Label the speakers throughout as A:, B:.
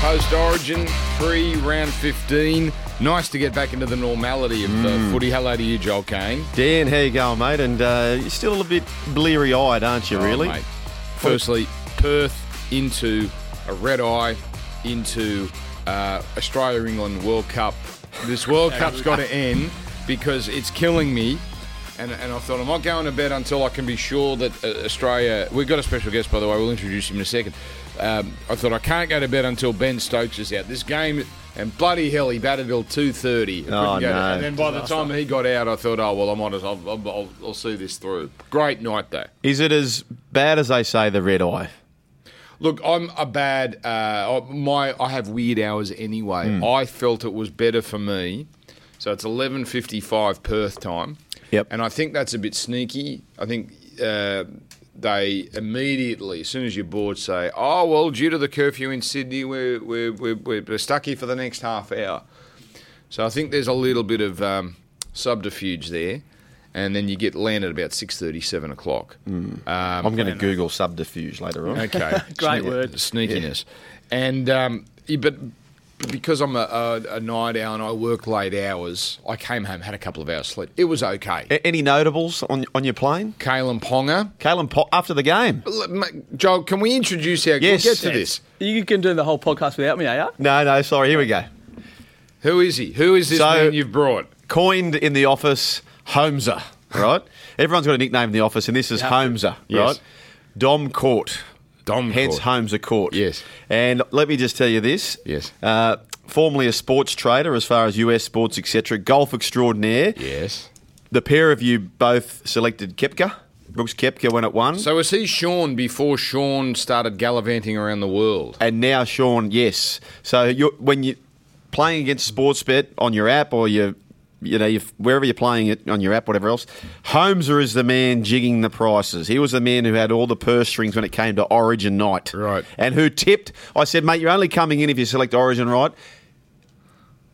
A: First Origin, pre round 15. Nice to get back into the normality of uh, footy. Hello to you, Joel Kane.
B: Dan, how you going, mate? And uh, you're still a bit bleary-eyed, aren't you?
A: Oh,
B: Really?
A: mate. Firstly, Perth into a red eye, into uh, Australia England World Cup. This World Cup's got to end because it's killing me. And, and I thought I'm not going to bed until I can be sure that uh, Australia. We've got a special guest, by the way. We'll introduce him in a second. Um, I thought I can't go to bed until Ben Stokes is out. This game and bloody hell, he batted till two thirty.
B: Oh, no.
A: And then by the time he got out, I thought, oh well, I'm on it. I'll, I'll, I'll, I'll see this through. Great night though.
B: Is it as bad as they say the red eye?
A: Look, I'm a bad. Uh, my I have weird hours anyway. I felt it was better for me. So it's 11:55 Perth time.
B: Yep.
A: And I think that's a bit sneaky. I think uh, they immediately, as soon as you're bored, say, "Oh well, due to the curfew in Sydney, we're we're we're, we're stuck here for the next half hour." So I think there's a little bit of um, subterfuge there, and then you get land at about 6:30, 7 o'clock. Um,
B: I'm going to Google subterfuge later on.
A: Okay,
C: Great
A: Sne-
C: word.
A: sneakiness, and um, yeah, but because I'm a, a, a night owl and I work late hours, I came home had a couple of hours sleep. It was okay.
B: A- Any notables on on your plane?
A: Kalen Ponga,
B: Kalen Po after the game?
A: L- ma- Joel, can we introduce our?
B: Yes.
A: we'll get to this.
C: You can do the whole podcast without me, are you?
B: No, no. Sorry. Here we go.
A: Who is he? Who is this
B: So-
A: man you've brought?
B: Coined in the office, Holmeser. Right. Everyone's got a nickname in the office, and this is Holmeser.
A: Yes.
B: Right. Dom Court.
A: Dom
B: Hence
A: Court.
B: Holmeser Court.
A: Yes.
B: And let me just tell you this.
A: Yes.
B: Uh, formerly a sports trader, as far as US sports, etc. Golf extraordinaire.
A: Yes.
B: The pair of you both selected Kepka, Brooks Kepka when it won.
A: So was he Sean before Sean started gallivanting around the world?
B: and now Sean, yes. So you're, when you playing against Sportsbet on your app or your, you know, your, wherever you're playing it on your app, whatever else, Holmeser is the man jigging the prices. He was the man who had all the purse strings when it came to Origin night,
A: Right.
B: And who tipped? I said, mate, you're only coming in if you select Origin right.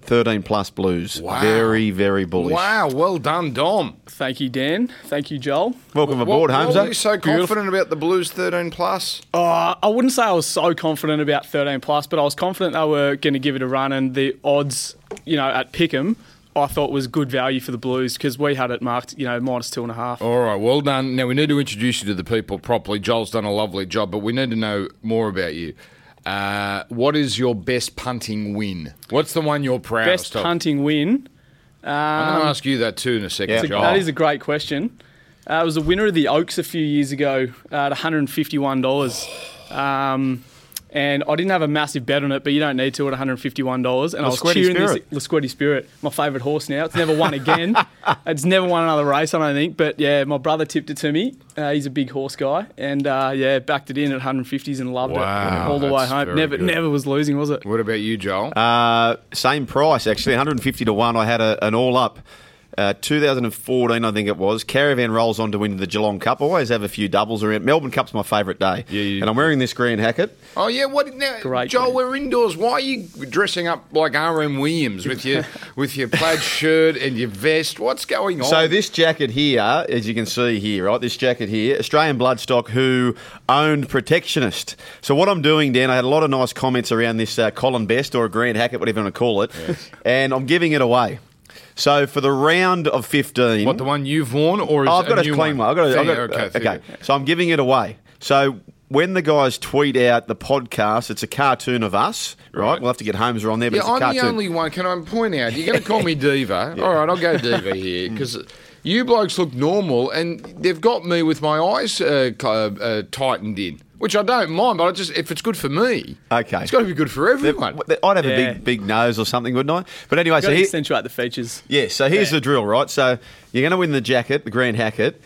B: Thirteen plus Blues,
A: Wow.
B: very very bullish.
A: Wow, well done, Dom.
C: Thank you, Dan. Thank you, Joel.
B: Welcome
A: What-
B: aboard,
A: what
B: Holmeser.
A: were you so
B: Beautiful.
A: confident about the Blues 13 plus?
C: Uh, I wouldn't say I was so confident about 13 plus, but I was confident they were going to give it a run, and the odds, you know, at Pickham, I thought was good value for the Blues because we had it marked, you know, minus two and a half.
A: All right, well done. Now we need to introduce you to the people properly. Joel's done a lovely job, but we need to know more about you. Uh, what is your best punting win? What's the one you're proudest
C: Best Um,
A: of?
C: punting win.
A: I'm going to ask you that too in a second,
B: Yeah.
C: It's a-
A: Joel.
C: that is a great question. Uh, it was the winner of the Oaks a few years ago uh, at $151. Um, and I didn't have a massive bet on it, but you don't need to at $151. And I was
B: Lasquetti
C: cheering
B: Spirit.
C: this Lasquetti Spirit, my favourite horse now. It's never won again. it's never won another race, I don't think. But yeah, my brother tipped it to me. Uh, he's a big horse guy. And uh, yeah, backed it in at 150s and loved
A: Wow,
C: it all the way
A: that's
C: home.
A: very
C: Never,
A: good.
C: never was losing, was it?
A: what about you, Joel?
B: Uh, same price actually, 150 to one. I had a, an all up. Uh, 2014, I think it was. Caravan rolls on to win the Geelong Cup. I always have a few doubles around. Melbourne Cup's my favourite day.
A: Yeah, you-
B: and I'm wearing this green hacket.
A: oh yeah, what now,
C: Great
A: Joel?
C: win.
A: We're indoors. Why are you dressing up like R.M. Williams with your with your plaid shirt and your vest? What's going on?
B: So this jacket here, as you can see here, right? This jacket here, Australian bloodstock who owned protectionist. So what I'm doing, Dan, I had a lot of nice comments around this uh, Colin Best or a Grant Hackett, whatever you want to call it, and I'm giving it away. So for the round of 15,
A: what the one you've worn, or is
B: Oh, I've got
A: a
B: a
A: new
B: clean one.
A: one?
B: I've got a, I've
A: Fair-
B: got,
A: okay,
B: okay,
A: fair.
B: So I'm giving it away. So when the guys tweet out the podcast, it's a cartoon of us, right?
A: Right.
B: We'll have to get Holmes on there, but
A: Yeah,
B: it's a
A: I'm
B: cartoon.
A: the only one. Can I point out? You're going to call me diva. All right, I'll go diva here
B: Mm.
A: because you blokes look normal, and they've got me with my eyes uh, cl- uh, uh, tightened in, which I don't mind. But I just if it's good for me,
B: Okay.
A: it's got to be good for everyone.
B: I'd have
C: Yeah.
B: a big, big nose or something, wouldn't I? But anyway,
C: Got
B: so
C: to
B: here,
C: accentuate the features.
B: yeah. So here's
C: Yeah.
B: the drill, right? So you're going to win the jacket, the green hacket.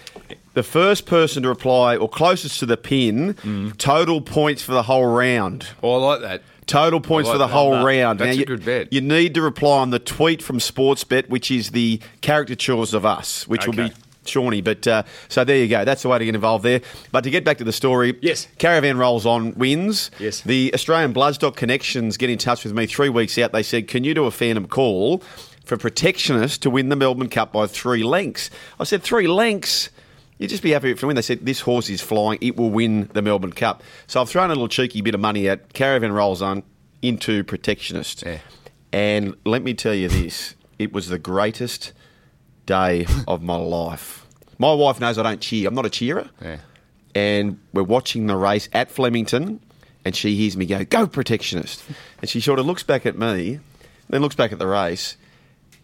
B: The first person to reply or closest to the pin,
A: Mm.
B: total points for the whole round.
A: Oh, I like that.
B: Total points
A: I like
B: for the
A: that.
B: whole
A: Love that.
B: round.
A: That's a
B: you,
A: good bet.
B: You need to reply on the tweet from Sportsbet, which is the caricatures of us, which will
A: Okay.
B: be Shawnee. But uh, so there you go. That's the way to get involved there. But to get back to the story,
A: Yes.
B: Caravan rolls on, wins.
A: Yes.
B: The Australian Bloodstock Connections get in touch with me three weeks out. They said, "Can you do a phantom call for protectionist to win the Melbourne Cup by three lengths?" I said, three lengths." You'd just be happy if you win. They said, this horse is flying. It will win the Melbourne Cup. So I've thrown a little cheeky bit of money at Caravan Rolls on into protectionist.
A: Yeah.
B: And let me tell you this it was the greatest day of my life. My wife knows I don't cheer, I'm not a cheerer.
A: Yeah.
B: And we're watching the race at Flemington, and she hears me go, Go protectionist. And she sort of looks back at me, then looks back at the race.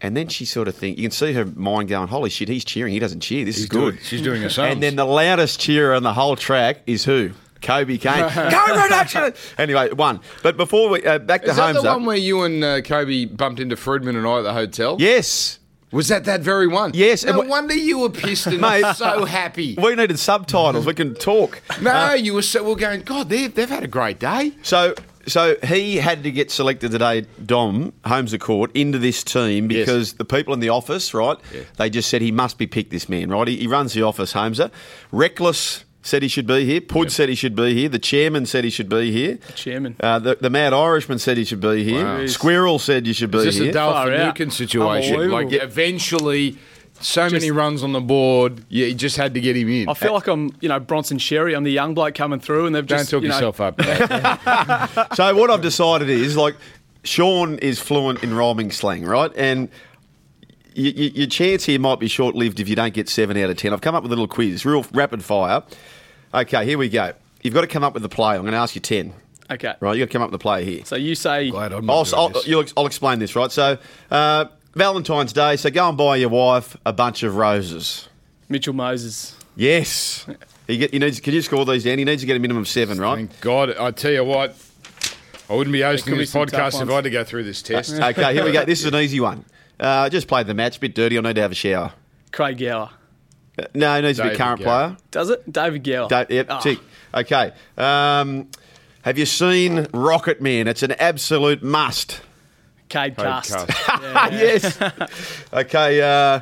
B: And then she sort of think you can see her mind going, "Holy shit, he's cheering! He doesn't cheer. This is
A: She's
B: good."
A: doing- she's doing her sums.
B: And then the loudest cheer on the whole track is who? Kobe Kane. Go production! Anyway, one. But before we uh, back to
A: Is that
B: homes
A: the
B: up.
A: one where you and uh, Kobe bumped into Fredman and I at the hotel?
B: yes.
A: Was that that very one?
B: Yes, and
A: No
B: wh-
A: wonder you were pissed and
B: Mate.
A: so happy.
B: We needed subtitles. we can talk.
A: No, you were so. We're going. God, they've they've had a great day.
B: So, so he had to get selected today, Dom Holmes of Court, into this team
A: Yes.
B: because the people in the office, right?
A: Yeah.
B: They just said he must be picked. This man, right? He, he runs the office, Holmeser. Reckless said he should be here. Pud said he should be here. The chairman said he should be here.
C: chairman.
B: Uh, the, the Mad Irishman said he should be here.
A: Wow.
B: Squirrel said you should be
A: Is this
B: here.
A: a Dale
C: Far out.
A: Finucane situation?
C: Unbelievable.
A: Like eventually, so many runs on the board. Yeah, you just had to get him in.
C: I feel like I'm, you know, Bronson Sherry. I'm the young bloke coming through, and they've
A: Don't
C: just
A: talk
C: you know,
A: yourself up. mate.
B: so what I've decided is like Sean is fluent in rhyming slang, right? And y y your chance here might be short lived if you don't get seven out of ten. I've come up with a little quiz, real rapid fire. Okay, here we go. You've got to come up with the play. I'm going to ask you ten.
C: Okay.
B: Right, you got to come up with the play here.
C: So you say
A: Glad I'm not
B: I'll,
A: doing
B: I'll,
A: this.
B: you'll, ex- I'll explain this, right? So uh, Valentine's Day. So go and buy your wife a bunch of roses.
C: Mitchell Moses.
B: Yes. You get. You need. Can you score these down? You need to get a minimum of seven, right?
A: Thank God. I tell you what, I wouldn't be hosting
C: could be
A: this
C: some tough
A: podcast if
C: ones.
A: I had to go through this test.
B: okay, here we go. This is an easy one. Uh, just played the match. Bit dirty. I need to have a shower.
C: Craig Gower.
B: Uh, No, he needs to be
A: David
B: current
A: Gower.
C: Does it? David Gower.
B: player. Da- yep,
C: Ah,
B: tick. Okay. Um, have you seen Rocket Man? It's an absolute must.
C: Cade Cast.
A: Cast.
C: Yeah.
B: yes. okay. Uh,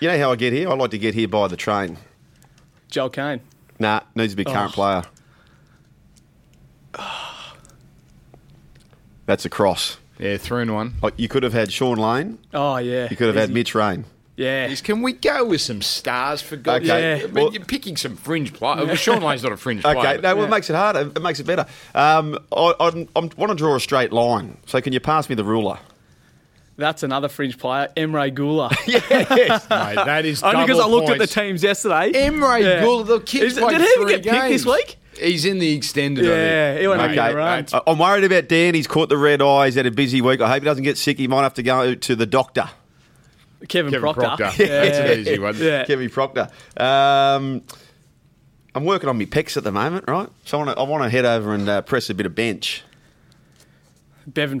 B: you know how I get here? I like to get here by the train.
C: Joel Kane.
B: Nah, needs to be current
C: Oh.
B: player. That's a cross.
A: Yeah, three and one.
B: Like, you could have had Sean Lane.
C: Oh yeah.
B: You could have had
C: Easy.
B: Mitch Rain.
C: Yeah.
A: Is- Can we go with some stars for God?
B: Okay.
A: Yeah. I mean,
B: Well-
A: you're picking some fringe players. Sean Lane's not a fringe player.
B: Okay,
A: but-
B: no, well, it makes it harder. It makes it better. Um, I, I, I want to draw a straight line. So can you pass me the ruler?
C: That's another fringe player, Emre Gula.
B: Yes.
A: Mate, that is
C: Only because I
A: double
C: looked at the
A: points.
C: teams yesterday.
A: Emre
C: Yeah.
A: Gull, the kid
C: Is-
A: played
C: did he even
A: three
C: get picked this
A: games.
C: week?
A: He's in the extended. I
C: Yeah,
A: think. uh,
C: he won't even
A: Mate,
C: get around.
A: that's-
B: I- I'm worried about Dan. He's caught the red eye. He's had a busy week. I hope he doesn't get sick. He might have to go to the doctor.
C: Kevin,
A: Kevin
C: Proctor.
A: Proctor.
C: Yeah.
A: That's an easy one.
C: Yeah.
B: Kevin Proctor. Um, I'm working on my pecs at the moment, right? So I want to I wanna head over and uh, press a bit of bench.
C: Bevan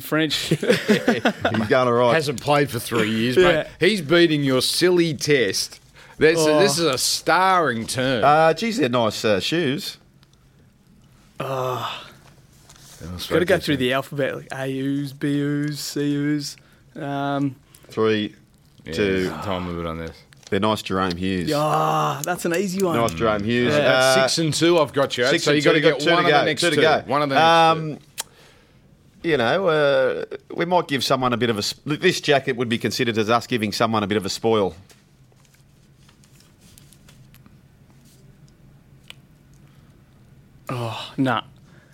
C: French.
B: He's going all right.
A: Hasn't played for three years,
C: Yeah.
A: mate. He's beating your silly test. That's
C: Oh.
A: this is a starring turn.
B: Uh, geez, they're nice uh, shoes.
C: Got to go through the alphabet, like A U's, B U's, C U's. Um,
B: Three,
A: Yeah,
B: two.
A: there's a time limit on this.
B: They're nice Jerome Hughes.
C: ah, that's an easy one.
B: Nice Jerome Hughes.
C: Yeah.
A: That's
B: Uh,
A: six and two. I've got you.
B: Six
A: so you
B: and
A: got
B: two,
A: to
B: you've
A: get
B: two
A: one
B: to
A: of
B: go,
A: the next
B: two
A: two.
B: to go.
A: One of the next two.
B: Um, You know, uh, we might give someone a bit of a. sp- This jacket would be considered as us giving someone a bit of a spoil.
C: Nah.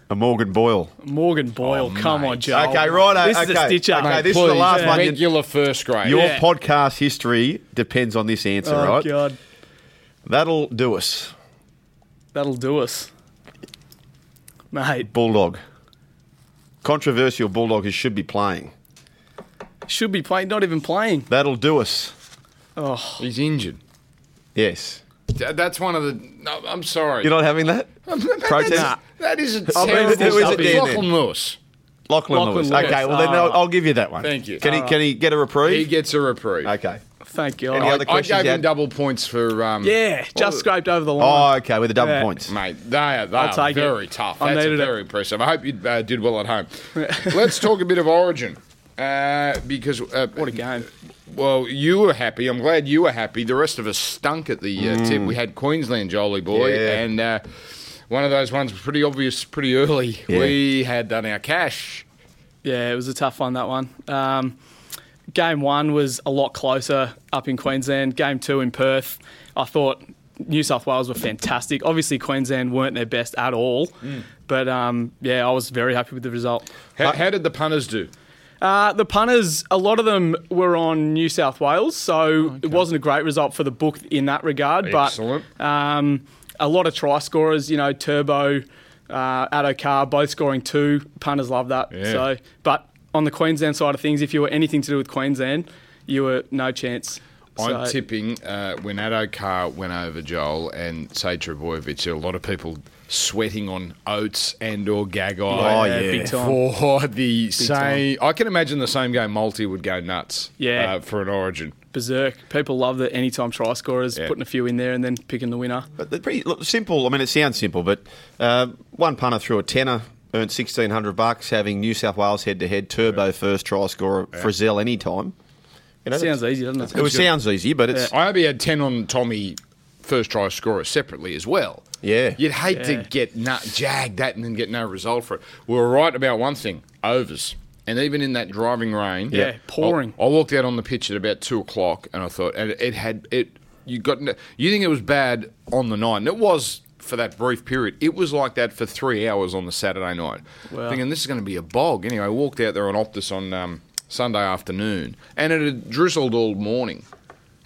B: A Morgan Boyle.
C: Morgan Boyle, come on, Joe.
B: Oh, Okay, righto.
C: This
B: okay.
C: is a stitch up.
B: Okay,
A: Mate,
B: this is the
A: please,
B: last
C: yeah.
B: one. You-
A: Regular first grade.
B: Your
C: Yeah.
B: podcast history depends on this answer,
C: oh,
B: right?
C: God.
B: That'll do us.
C: That'll do us. Mate,
B: Bulldog. Controversial Bulldog who should be playing.
C: should be playing, not even playing.
B: That'll do us.
C: Oh,
A: He's injured.
B: Yes.
A: Th- That's one of the. No, I'm sorry.
B: You're not having that? protest?
A: That's, that is a
B: I'll be-
A: terrible.
B: who is it
A: stuff.
B: then,
A: Lachlan
B: then?
A: Lewis.
B: Lachlan,
C: Lachlan
B: Lewis.
C: Lewis.
B: Okay, well then
C: Ah.
B: I'll, I'll give you that one.
A: Thank you.
B: Can he can he get a
A: He
B: reprieve?
A: gets a reprieve.
B: okay.
C: thank God.
B: Any other
A: I
B: questions,
A: gave him
B: Dad?
A: double points for. Um,
C: yeah, just scraped over the
B: Oh,
C: line.
B: okay, with the double
C: Yeah.
B: points.
A: Mate, they are, they
C: I'll
A: are
C: take it.
A: very tough.
C: I
A: That's
C: needed it.
A: very impressive. I hope you uh, did well at home. Let's talk a bit of Origin. Uh, because uh,
B: Oh.
C: what a game.
A: Well, you were happy. I'm glad you were happy. The rest of us stunk at the uh,
C: Mm.
A: tip. We had Queensland Jolly Boy,
B: Yeah.
A: and uh, one of those ones was pretty obvious, pretty early.
B: Yeah.
A: We had done our cash.
C: Yeah, it was a tough one, that one. Um, game one was a lot closer up in Queensland. Game two in Perth, I thought New South Wales were fantastic. Obviously, Queensland weren't their best at all,
B: Mm.
C: but um, yeah, I was very happy with the result.
A: How, how did the punters do?
C: Uh, the punters, a lot of them were on New South Wales, so it wasn't a great result for the book in that regard.
A: Oh, Excellent.
C: But um, a lot of try scorers, you know, Turbo, uh, Addo Carr, both scoring two. Punters love that.
A: Yeah.
C: So, but on the Queensland side of things, if you were anything to do with Queensland, you were no chance.
A: I'm
C: So-
A: tipping uh, when Addo Carr went over Joel and Sage Trebojevic, there were a lot of people sweating on Oates and or Gagai
B: Oh, yeah. Big
C: time.
A: for the same. I can imagine the same game multi would go nuts
C: Yeah.
A: uh, for an Origin.
C: berserk. People love that anytime try scorers,
A: Yeah.
C: putting a few in there and then picking the winner.
B: But they're pretty look, simple. I mean, it sounds simple, but uh, one punter threw a tenner, earned sixteen hundred bucks, having New South Wales head to head, Turbo first try scorer, Frizzell any time. You know,
C: Sounds
B: that's-
C: easy, doesn't it?
B: It was, sounds easy, but it's
A: Uh, I only had 10 on Tommy first try scorer separately as well.
B: Yeah.
A: You'd hate
C: Yeah.
A: to get nut, jag that and then get no result for it. We were right about one thing overs. And even in that driving rain,
C: Yeah, pouring.
A: I, I walked out on the pitch at about two o'clock, and I thought, and it had it. You got no- you think it was bad on the night, and it was for that brief period. It was like that for three hours on the Saturday night,
C: Wow.
A: thinking this is going to be a bog. Anyway, I walked out there on Optus on um, Sunday afternoon, and it had drizzled all morning,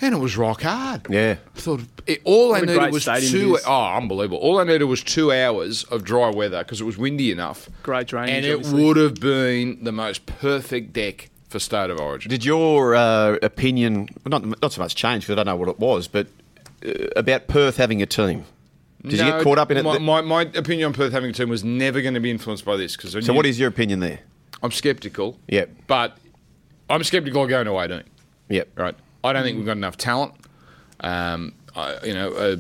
A: and it was rock hard.
B: Yeah.
A: I thought it, all I
C: What a
A: needed
C: great
A: was
C: stadium
A: two.
C: it is.
A: Oh, unbelievable! All I needed was two hours of dry weather because it was windy enough.
C: Great drainage,
A: and it
C: obviously.
A: would have been the most perfect deck for State of Origin.
B: Did your uh, opinion well, not not so much change because I don't know what it was, but uh, about Perth having a team? Did you get
A: No,
B: caught up in it?
A: My, my, my opinion on Perth having a team was never going to be influenced by this because
B: so, what is your opinion there?
A: I'm skeptical.
B: Yep.
A: but I'm skeptical going to 18.
B: Yep.
A: Right, I don't think we've got enough talent. Um, I, you know, uh,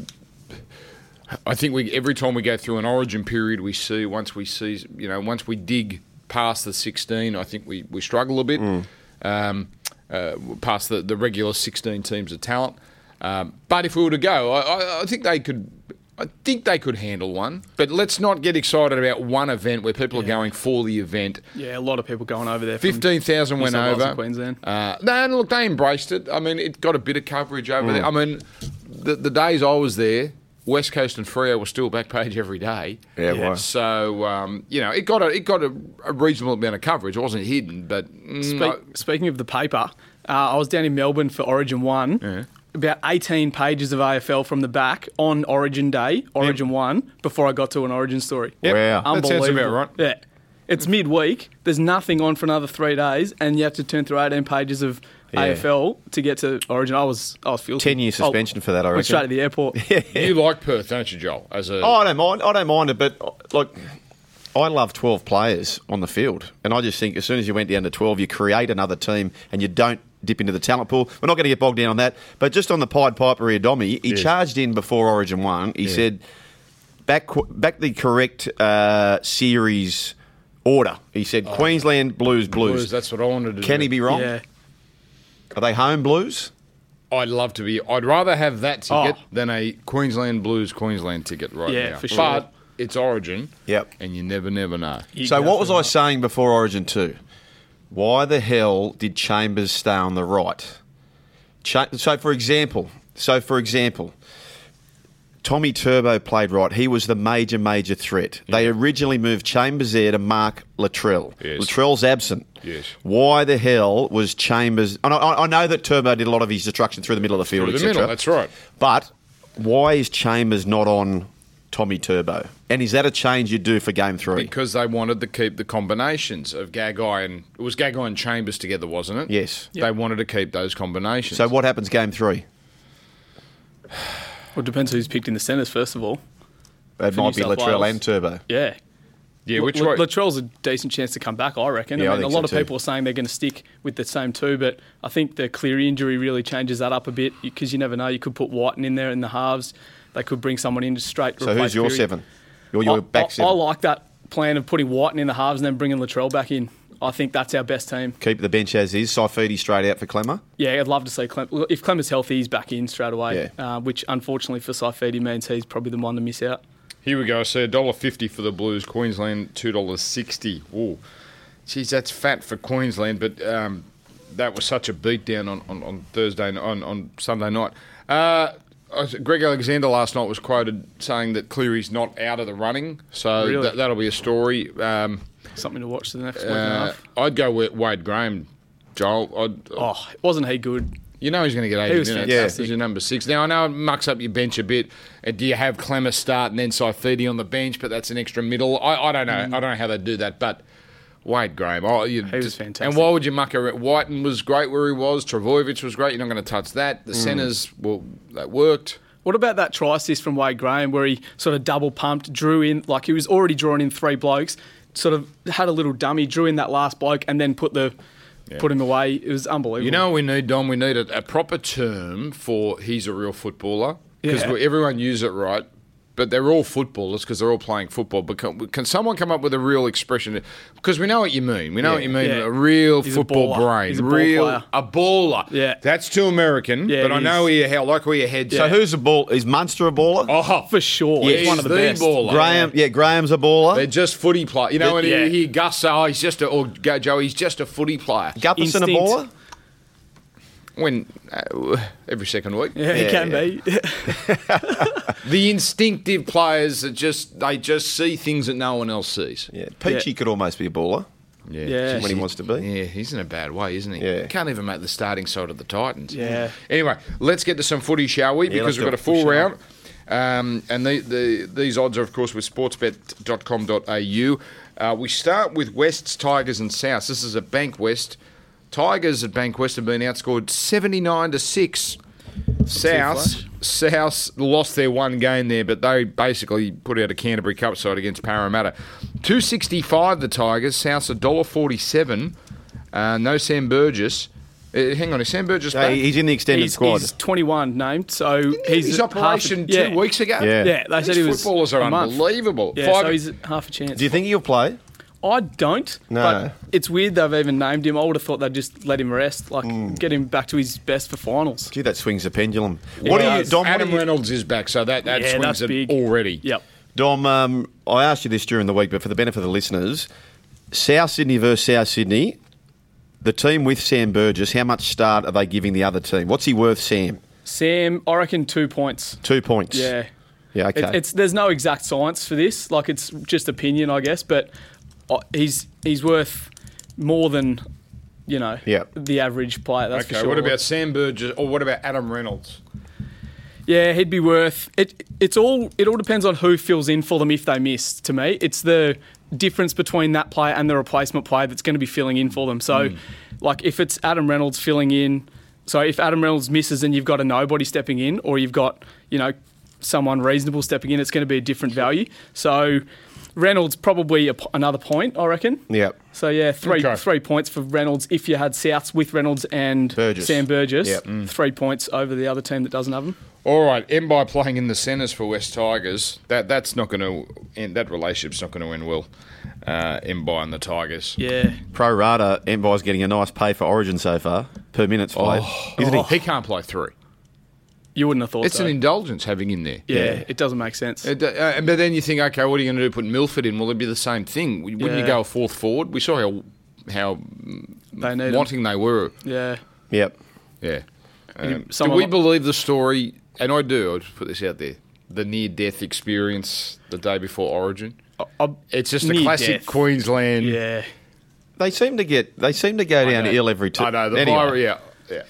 A: I think we every time we go through an origin period, we see once we see you know once we dig past the 16, I think we we struggle a bit um, uh, past the, the regular 16 teams of talent. Um, but if we were to go, I, I, I think they could. I think they could handle one, but let's not get excited about one event where people are going for the event.
C: Yeah, a lot of people going over there. from-
A: Fifteen thousand
C: New
A: went
C: South Wales
A: over.
C: and Queensland.
A: Uh, no, and look, they embraced it. I mean, it got a bit of coverage over there.
C: Hmm.
A: I mean, the, the days I was there, West Coast and Freo were still back page every day.
B: Yeah, right.
A: So um, you know, it got a it got a, a reasonable amount of coverage. It wasn't hidden, but mm,
C: Speak, speaking of the paper, uh, I was down in Melbourne for Origin One. About 18 pages of AFL from the back on Origin Day, Origin One, before I got to an Origin story.
B: Wow.
A: That sounds about
C: Unbelievable.
A: right.
C: Yeah. It's midweek. There's nothing on for another three days, and you have to turn through 18 pages of AFL to get to Origin. I was, I was feeling
B: 10-year suspension for that, I reckon.
C: Went straight to the airport.
A: you like Perth, don't you, Joel? As a
B: Oh, I don't mind. I don't mind it, but uh, like, I love twelve players on the field, and I just think as soon as you went down to twelve, you create another team, and you don't dip into the talent pool. We're not going to get bogged down on that, but just on the Pied Piper Iadomi, he charged in before Origin One. He said, "Back, qu- back the correct uh, series order." He said, "Queensland Blues, Blues."
A: Oh. Blues, that's what I wanted to.
B: Can
A: do.
B: he be wrong?
C: Yeah.
B: Are they home Blues?
A: I'd love to be. I'd rather have that ticket
C: Oh.
A: than a Queensland Blues Queensland ticket right
C: Yeah,
A: now.
C: for sure.
A: But it's Origin.
B: Yep.
A: And you never, never know.
B: So what was I saying before Origin two? Why the hell did Chambers stay on the right? Cha- so for example, so for example, Tommy Turbo played right. He was the major, major threat. They originally moved Chambers there to mark Latrell.
A: Yes.
B: Latrell's absent.
A: Yes.
B: Why the hell was Chambers? And I- I, I know that Turbo did a lot of his destruction through the middle of the field,
A: Through the
B: etc.
A: middle, that's right.
B: But why is Chambers not on Tommy Turbo? And is that a change you do for game three?
A: because they wanted to keep the combinations of Gagai and it was Gagai and Chambers together, wasn't it?
B: Yes.
A: They wanted to keep those combinations.
B: so what happens game three?
C: Well, it depends who's picked in the centres, first of all.
B: It
C: For
B: might be
C: New South
B: Latrell
C: Wales.
B: and Turbo.
C: Yeah.
A: yeah,
C: La-
A: which
C: La-
A: way?
C: Latrell's a decent chance to come back, I reckon.
B: Yeah, I
C: I mean,
B: think
C: a lot
B: so
C: of
B: too.
C: people are saying they're going to stick with the same two, but I think the Cleary injury really changes that up a bit because you never know. You could put Whiten in there in the halves. They could bring someone in to straight.
B: So who's your seven? Your, your
C: I, I-
B: back seven.
C: I like that plan of putting Whiten in the halves and then bringing Latrell back in. I think that's our best team.
B: Keep the bench as is. Saifidi straight out for Clemmer.
C: Yeah, I'd love to see Clem. well, If Clem is healthy, he's back in straight away,
B: Yeah.
C: uh, which unfortunately for Saifidi means he's probably the one to miss out.
A: Here we go. I see $1.50 for the Blues, Queensland $2.60. Ooh. Geez, that's fat for Queensland, but um, that was such a beatdown on, on, on Thursday, n- on, on Sunday night. Uh, I was- Greg Alexander last night was quoted saying that Cleary's not out of the running, so
C: Really?
A: that, that'll be a story. Um,
C: Something to watch the next week and a
A: uh,
C: half.
A: I'd go with Wade Graham, Joel. I'd,
C: Oh, wasn't he good?
A: You know he's going to get 80
C: was
A: minutes.
B: fantastic.
A: He's your number six. Now, I know it mucks up your bench a bit. Uh, Do you have Clemmer start and then Saifidi on the bench, but that's an extra middle? I, I don't know. I don't know how they do that, but Wade Graham. Oh, you he
C: was fantastic.
A: And why would you muck around? Whiten was great where he was. Travojevic was great. You're not going to touch that.
C: Mm.
A: The centres, well, that worked.
C: What about that try assist from Wade Graham where he sort of double pumped, drew in, like he was already drawing in three blokes, sort of had a little dummy, drew in that last bloke, and then put the put him away. It was unbelievable.
A: You know what we need, Don? We need a, a proper term for he's a real footballer because
C: Yeah.
A: everyone uses it right, but they're all footballers because they're all playing football. But can, can someone come up with a real expression? Because we know what you mean. We know what you mean.
C: Yeah.
A: A real
C: He's a
A: football
C: baller.
A: brain.
C: He's a ball
A: real
C: player.
A: a baller.
C: Yeah.
A: that's too American.
C: Yeah,
A: but
C: it
A: I know
C: is.
A: where your head, like where your head.
B: So who's a ball? Is Munster a baller?
A: oh
C: for sure.
A: Yeah,
C: he's one of the, best.
A: baller.
B: Graham, yeah, Graham's a baller.
A: They're just footy player. You know, and
C: Yeah.
A: you hear Gus, oh, he's just a, or Go Joe, he's just a footy player.
B: Gutherson a
C: Instinct.
B: baller?
A: When, uh, every second week.
C: Yeah, he
B: Yeah,
C: can
B: yeah.
C: be.
A: The instinctive players are just they just see things that no one else sees.
B: Yeah, Peachy could almost be a baller.
C: Yeah.
B: When he wants to be.
A: Yeah, he's in a bad way, isn't he?
B: Yeah.
A: Can't even make the starting side of the Titans.
C: Yeah.
A: Anyway, let's get to some footy, shall we?
B: Yeah,
A: because
B: let's
A: we've
B: do
A: got a
B: it.
A: full
B: Push it
A: round. Um, and the, the, these odds are, of course, with sportsbet.com.au. Uh, we start with Wests, Tigers, and Souths. This is a Bank West. Tigers at Bank West have been outscored 79 to 6. Souths, Souths lost their one game there, but they basically put out a Canterbury Cup side against Parramatta. 265 the Tigers, Souths $1.47. Uh, no Sam Burgess. Uh, hang on, is Sam Burgess
B: Yeah,
A: back?
B: he's in the extended
C: he's,
B: squad.
C: he's 21 named, so he's
A: He's his
C: half a-
A: operation two
C: yeah.
A: weeks ago.
B: Yeah.
C: Yeah, they
A: These
C: said he was
A: footballers are
C: a month.
A: unbelievable.
C: Yeah,
A: Five-
C: so he's half a chance.
B: Do you think he'll play?
C: I don't.
B: No.
C: But it's weird they've even named him. I would have thought they'd just let him rest, like get him back to his best for finals.
B: Gee, that swings the pendulum. What do you,
C: does.
B: Dom? What do
A: Adam
B: you,
A: Reynolds is back, so that, that
C: Yeah,
A: swings
C: that's
A: it
C: big.
A: already.
C: Yep.
B: Dom? Um, I asked you this during the week, but for the benefit of the listeners, South Sydney versus South Sydney, the team with Sam Burgess. How much start are they giving the other team? What's he worth, Sam?
C: Sam, I reckon two points.
B: Two points.
C: Yeah.
B: Yeah. Okay.
C: It, it's there's no exact science for this. Like it's just opinion, I guess. But uh, he's he's worth more than you know
B: Yeah.
C: the average player. That's
A: Okay,
C: for sure.
A: what about Sam Burgess, or what about Adam Reynolds?
C: Yeah, he'd be worth it. It's all it all depends on who fills in for them if they miss. To me, it's the difference between that player and the replacement player that's going to be filling in for them.
B: Hmm.
C: So, like if it's Adam Reynolds filling in, so if Adam Reynolds misses and you've got a nobody stepping in, or you've got you know someone reasonable stepping in, it's going to be a different value. So. Reynolds probably a p another point, I reckon.
B: Yep.
C: So yeah, three
A: Okay.
C: three points for Reynolds if you had Souths with Reynolds and
B: Burgess.
C: Sam Burgess.
B: Yep. Mm.
C: Three points over the other team that doesn't have them.
A: All right, Mbai playing in the centres for West Tigers. That that's not going to end. That relationship's not going to end well. Uh, Mbai and the Tigers.
C: Yeah,
B: Pro rata, Embiid's getting a nice pay for Origin so far per minutes
A: Oh.
C: Oh.
B: played. Isn't he?
A: He can't play three.
C: You wouldn't have thought
A: It's
C: so.
A: an indulgence having him there.
C: yeah, it doesn't make sense.
A: It, uh, but then you think, okay, what are you going to do? Put Milford in? Well, it'd be the same thing. Wouldn't you
C: Yeah.
A: go a fourth forward? We saw how how
C: they need him.
A: wanting they were.
C: Yeah,
B: Yep.
A: Yeah. Um, do
C: someone-
A: we believe the story? And I do. I'll just put this out there: the near-death experience the day before Origin.
C: I-
A: It's just a
C: Near
A: classic
C: death.
A: Queensland.
C: yeah,
B: They seem to get. They seem to go down
A: know.
B: ill every time.
A: I know the
B: anyway,
A: Vir- yeah, yeah.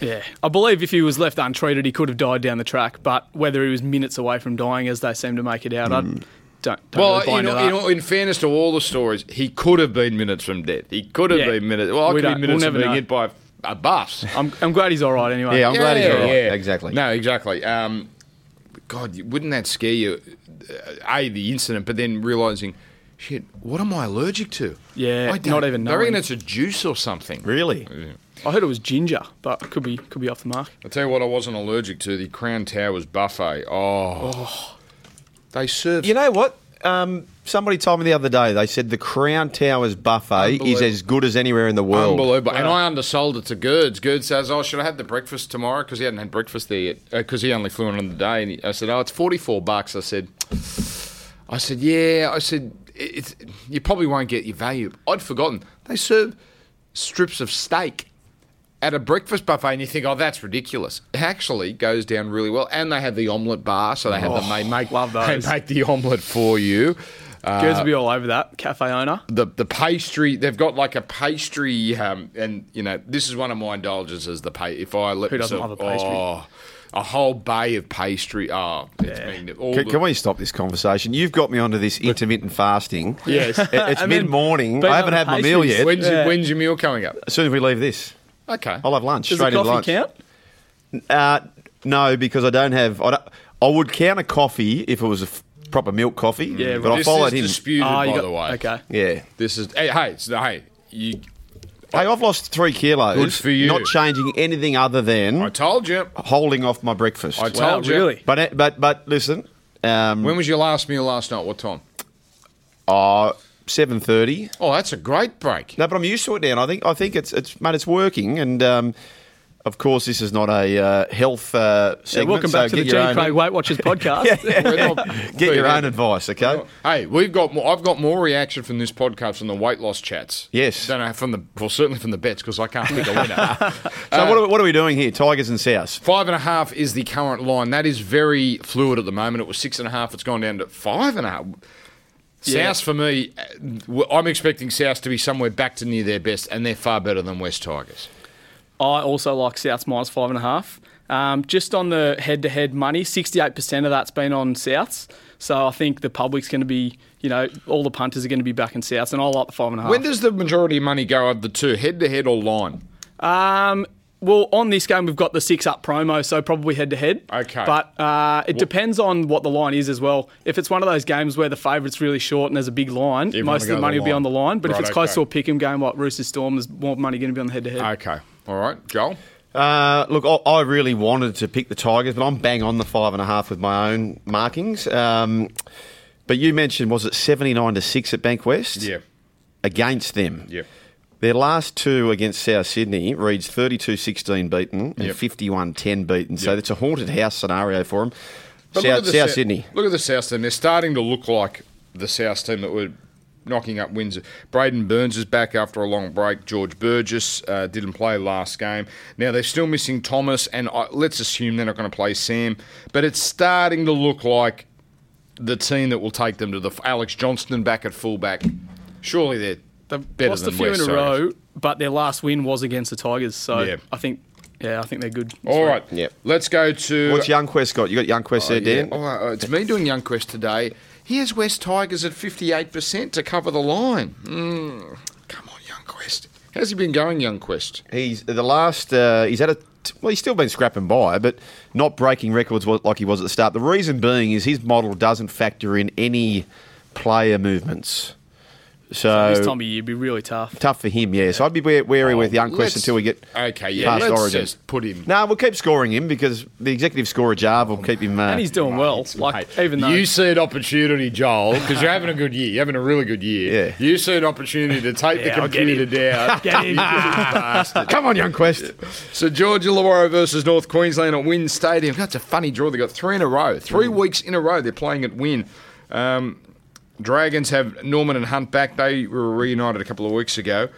C: yeah. I believe if he was left untreated, he could have died down the track. But whether he was minutes away from dying, as they seem to make it out, I don't. don't
A: Well,
C: really buy
A: you
C: into
A: know,
C: that.
A: you know, in fairness to all the stories, he could have been minutes from death. He could have
C: Yeah.
A: been minutes. Well, I
C: We
A: could be
C: don't-
A: minutes
C: we'll
A: from
C: never
A: being
C: know.
A: hit by a bus.
C: I'm, I'm glad he's all right anyway.
B: Yeah, I'm glad he's all right. Exactly.
A: No, exactly. Um, God, you- wouldn't that scare you? uh, A, the incident, but then realizing, shit, what am I allergic to?
C: Yeah,
A: I don't-
C: not even
A: I reckon
C: knowing.
A: it's a juice or something.
B: Really?
C: I heard it was ginger, but could be could be off the mark.
A: I tell you what, I wasn't allergic to the Crown Towers buffet. Oh, they serve.
B: You know what? Um, somebody told me the other day. They said the Crown Towers buffet is
A: Unbelievable.
B: as good as anywhere in the world.
A: Unbelievable. And I undersold it to Gerds. Gerds says, Oh, should I have the breakfast tomorrow? Because he hadn't had breakfast there yet. Because he only flew in on the day. And he, I said, Oh, it's 44 bucks. I said, I said, Yeah. I said, "It- it's, You probably won't get your value. I'd forgotten. They serve strips of steak at a breakfast buffet and you think, oh, that's ridiculous. It actually goes down really well. And they have the omelette bar, so they have the, they make
C: Oh, love those.
A: they make the omelette for you. Uh,
C: Gerds will be all over that. Cafe owner.
A: the the pastry they've got like a pastry um, and you know this is one of my indulgences the pay if I let
C: Who doesn't
A: myself-
C: love a pastry?
A: oh, a whole bay of pastry oh it's been all
B: Can,
A: the-
B: can we stop this conversation? You've got me onto this intermittent fasting.
A: Yes.
B: It- It's
C: I mean,
B: mid morning.
C: being
B: I haven't
C: on
B: had my
C: pastries.
B: meal yet.
A: when's,
C: Yeah.
A: when's your meal coming up
B: As soon as we leave this,
A: okay
B: I'll have lunch.
C: Does
B: straight
C: the
B: into
C: coffee
B: lunch.
C: count?
B: Uh, no, because I don't have. I, don't, I would count a coffee if it was a f- proper milk coffee.
C: Yeah,
B: but I
A: Mm. this
B: followed
A: is
B: him.
A: disputed
C: Ah,
A: by
C: you got-
A: the way
C: Okay.
B: yeah.
A: this is hey hey, it's, hey you
B: Hey, I've lost three kilos.
A: Good for you.
B: Not changing anything other than
A: I told you
B: holding off my breakfast.
A: I told
C: Wow,
A: you
C: Oh, really?
B: but but but listen, um,
A: when was your last meal last night what time
B: uh, seven thirty.
A: oh that's a great break
B: No, but I'm used to it now. And I think I think it's it's mate, it's working. And um, of course, this is not a uh, health uh,
C: Yeah,
B: segment.
C: welcome
B: so
C: back to the
B: get
C: G
B: your own-
C: Craig Weight Watchers podcast.
A: We're not-
B: Get your own advice, okay?
A: Hey, we've got more. I've got more reaction from this podcast from the weight loss chats.
B: Yes.
A: don't know from the well, certainly from the bets because I can't pick a winner.
B: So
C: Uh,
B: what, are, what are we doing here? Tigers and Souths.
A: Five and a half is the current line. That is very fluid at the moment. It was six and a half. It's gone down to five and a half.
C: Yeah.
A: South for me, uh, w- I'm expecting South to be somewhere back to near their best, and they're far better than West Tigers.
C: I also like Souths minus five and a half. Um, just on the head-to-head money, 68% of that's been on Souths. So I think the public's going to be, you know, all the punters are going to be back in Souths, and I like the five and a half.
A: When does the majority of money go of the two, head to head or line?
C: Um, well, on this game, we've got the six up promo, so probably head to head.
A: Okay.
C: But uh, it depends on what the line is as well. If it's one of those games where the favourite's really short and there's a big line,
A: Everyone
C: most
A: will
C: of
A: go
C: the
A: to
C: money
A: the
C: will be
A: line.
C: on the line. But
A: Right,
C: if it's close
A: okay.
C: to a pick 'em game like Roosters Storm, there's more money going to be on the head to head.
A: Okay, all right, Joel.
B: Uh, look, I, I really wanted to pick the Tigers, but I'm bang on the five and a half with my own markings. Um, but you mentioned was it 79 to six at Bankwest? against them.
A: Yep.
B: Their last two against South Sydney reads 32 16 beaten and
A: Yep.
B: 51 10 beaten. So
A: Yep.
B: it's a haunted house scenario for them.
A: But look
B: South,
A: at the
B: South
A: Sou-
B: Sydney.
A: Look at the South team. They're starting to look like the South team that were knocking up wins. Braden Burns is back after a long break. George Burgess uh, didn't play last game. Now they're still missing Thomas, and I, let's assume they're not going to play Sam. But it's starting to look like the team that will take them to the Alex Johnston back at fullback. Surely they're better
C: Lost
A: than
C: a few
A: West
C: in a
A: Tigers.
C: row, but their last win was against the Tigers. So
A: Yeah.
C: I think, yeah, I think they're good.
A: All right,
B: Yep.
A: let's go to
B: What's Young Quest got? You got Young Quest there, Dan?
A: Yeah. Uh, Oh, uh, it's me doing Young Quest today. Here's West Tigers at 58% to cover the line. Mm. Come on, Young Quest. How's he been going, Young Quest?
B: He's the last. Uh, he's had a. Well, he's still been scrapping by, but not breaking records wa- like he was at the start. The reason being is his model doesn't factor in any player movements. So,
C: This time of year would be really tough.
B: tough for him, yeah. So I'd be wea- wary with Young
A: Let's-
B: Quest until we get
A: Okay, yeah,
B: past
A: let's
B: Origin.
A: just put him.
B: No, we'll keep scoring him because the executive scorer Jarve will keep him. Uh,
C: And he's doing well. Like, even though.
A: you see an opportunity, Joel, because you're having a good year. You're having a really good year.
B: Yeah.
A: You see an opportunity to take
C: Yeah,
A: the
C: I'll get
A: computer down.
C: Get him.
B: come on, young Quest.
A: So Georgia Illawarra versus North Queensland at Wynn Stadium. That's a funny draw. They got three in a row, three weeks in a row. They're playing at Wynn. Um, Dragons have Norman and Hunt back. They were reunited a couple of weeks ago.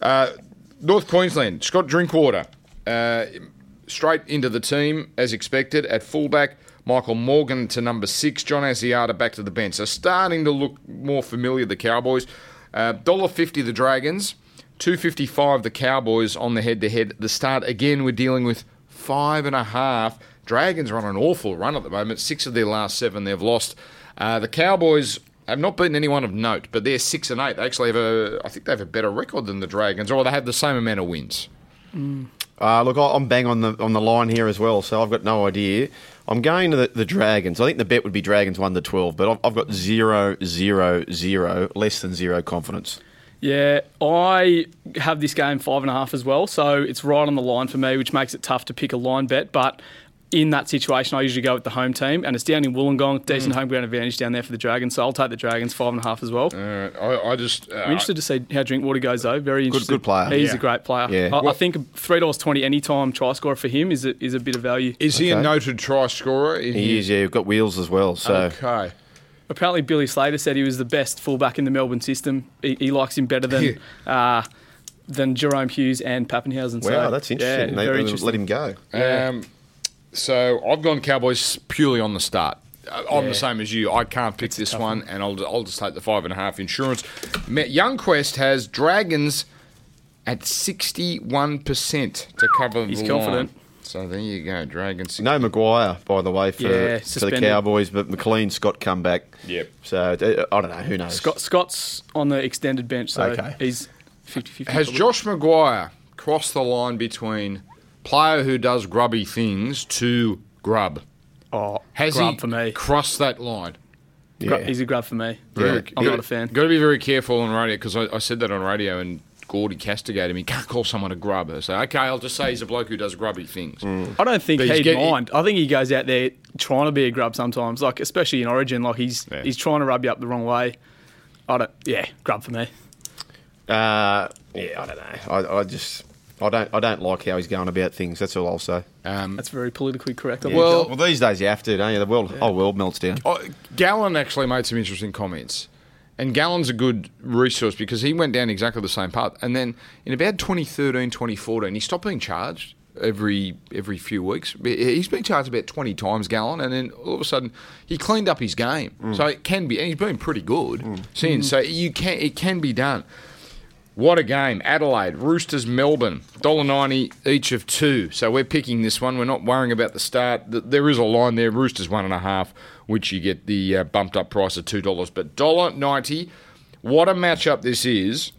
A: Uh, North Queensland, Scott Drinkwater, uh, straight into the team as expected at fullback. Michael Morgan to number six. John Asiata back to the bench. So starting to look more familiar. The Cowboys, Uh, dollar fifty the Dragons, two fifty five the Cowboys on the head to head. The start again. We're dealing with five and a half. Dragons are on an awful run at the moment. Six of their last seven they've lost. Uh, the Cowboys have not beaten anyone of note, but they're six and eight. They actually have a, I think they have a better record than the Dragons, or they have the same amount of wins.
B: Uh, look, I- I'm bang on the on the line here as well, so I've got no idea. I'm going to the, the Dragons. I think the bet would be Dragons one to twelve, but I've, I've got zero, zero, zero, less than zero confidence.
C: Yeah, I have this game five and a half as well, so it's right on the line for me, which makes it tough to pick a line bet. But in that situation, I usually go with the home team, and it's down in Wollongong, decent
A: Mm.
C: home ground advantage down there for the Dragons, so I'll take the Dragons five and a half as well.
A: All right, I, I just, uh,
C: I'm interested to see how Drinkwater goes though. Very interested.
B: good player.
C: He's
A: Yeah.
C: a great player.
B: Yeah.
C: I, I
B: Well-
C: think three dollars twenty any time try scorer for him is a, is a bit of value.
A: is he a
B: Okay.
A: noted try scorer? Is
B: He is, yeah. We've got wheels as well, so
A: Okay.
C: Apparently, Billy Slater said he was the best fullback in the Melbourne system. He, he likes him better than uh, than Jerome Hughes and Pappenhausen.
B: Wow,
C: so,
B: that's interesting.
C: Yeah,
B: they
C: very
B: let
C: interesting.
B: him go.
C: Yeah.
A: Um, so I've gone Cowboys purely on the start. I- I'm
C: Yeah.
A: the same as you. I can't pick this one, and I'll, I'll just take the five and a half insurance. Me- Young Quest has Dragons at 61% to cover
C: He's
A: the
C: confident.
A: line. So there you go, Dragons.
B: No Maguire, by the way, for,
C: Yeah,
B: for the
C: suspended.
B: Cowboys, but McLean Scott come back.
A: Yep.
B: So uh, I don't know who knows.
C: Scott, Scott's on the extended bench, so
B: Okay.
C: he's 50-50.
A: Has
C: probably.
A: Josh Maguire crossed the line between player who does grubby things to grub?
C: oh,
A: Has
C: grub
A: he
C: for me.
A: crossed that line?
C: Gra-
B: Yeah.
C: He's a grub for me.
B: Very-
C: I'm
A: Gotta-
C: not a fan.
A: Got to be very careful on radio because I, I said that on radio and Gordy castigated me. Can't call someone a grub. I say, okay, I'll just say he's a bloke who does grubby things.
C: I don't think
A: But he's
C: he'd
A: get-
C: mind. I think he goes out there trying to be a grub sometimes, like especially in Origin, like he's
A: Yeah.
C: he's trying to rub you up the wrong way. I don't. Yeah, grub for me.
B: Uh, yeah, I don't know. I, I just I don't I don't like how he's going about things. That's all I'll say.
A: Um,
C: That's very politically correct. I
A: Well-
B: well, these days you have to, don't you? The world, whole world melts down.
A: oh, Gallon actually made some interesting comments. And Gallon's a good resource because he went down exactly the same path. And then in about 2013, 2014, he stopped being charged every every few weeks. He's been charged about 20 times, Gallon. And then all of a sudden, he cleaned up his game.
C: Mm.
A: So it can be, and he's been pretty good since. So you can it can be done. What a game. Adelaide, Roosters, Melbourne. $1.90 each of two. So we're picking this one. We're not worrying about the start. Th- There is a line there. Roosters, one and a half, which you get the uh, bumped up price of $2. But $1.90. What a matchup this is.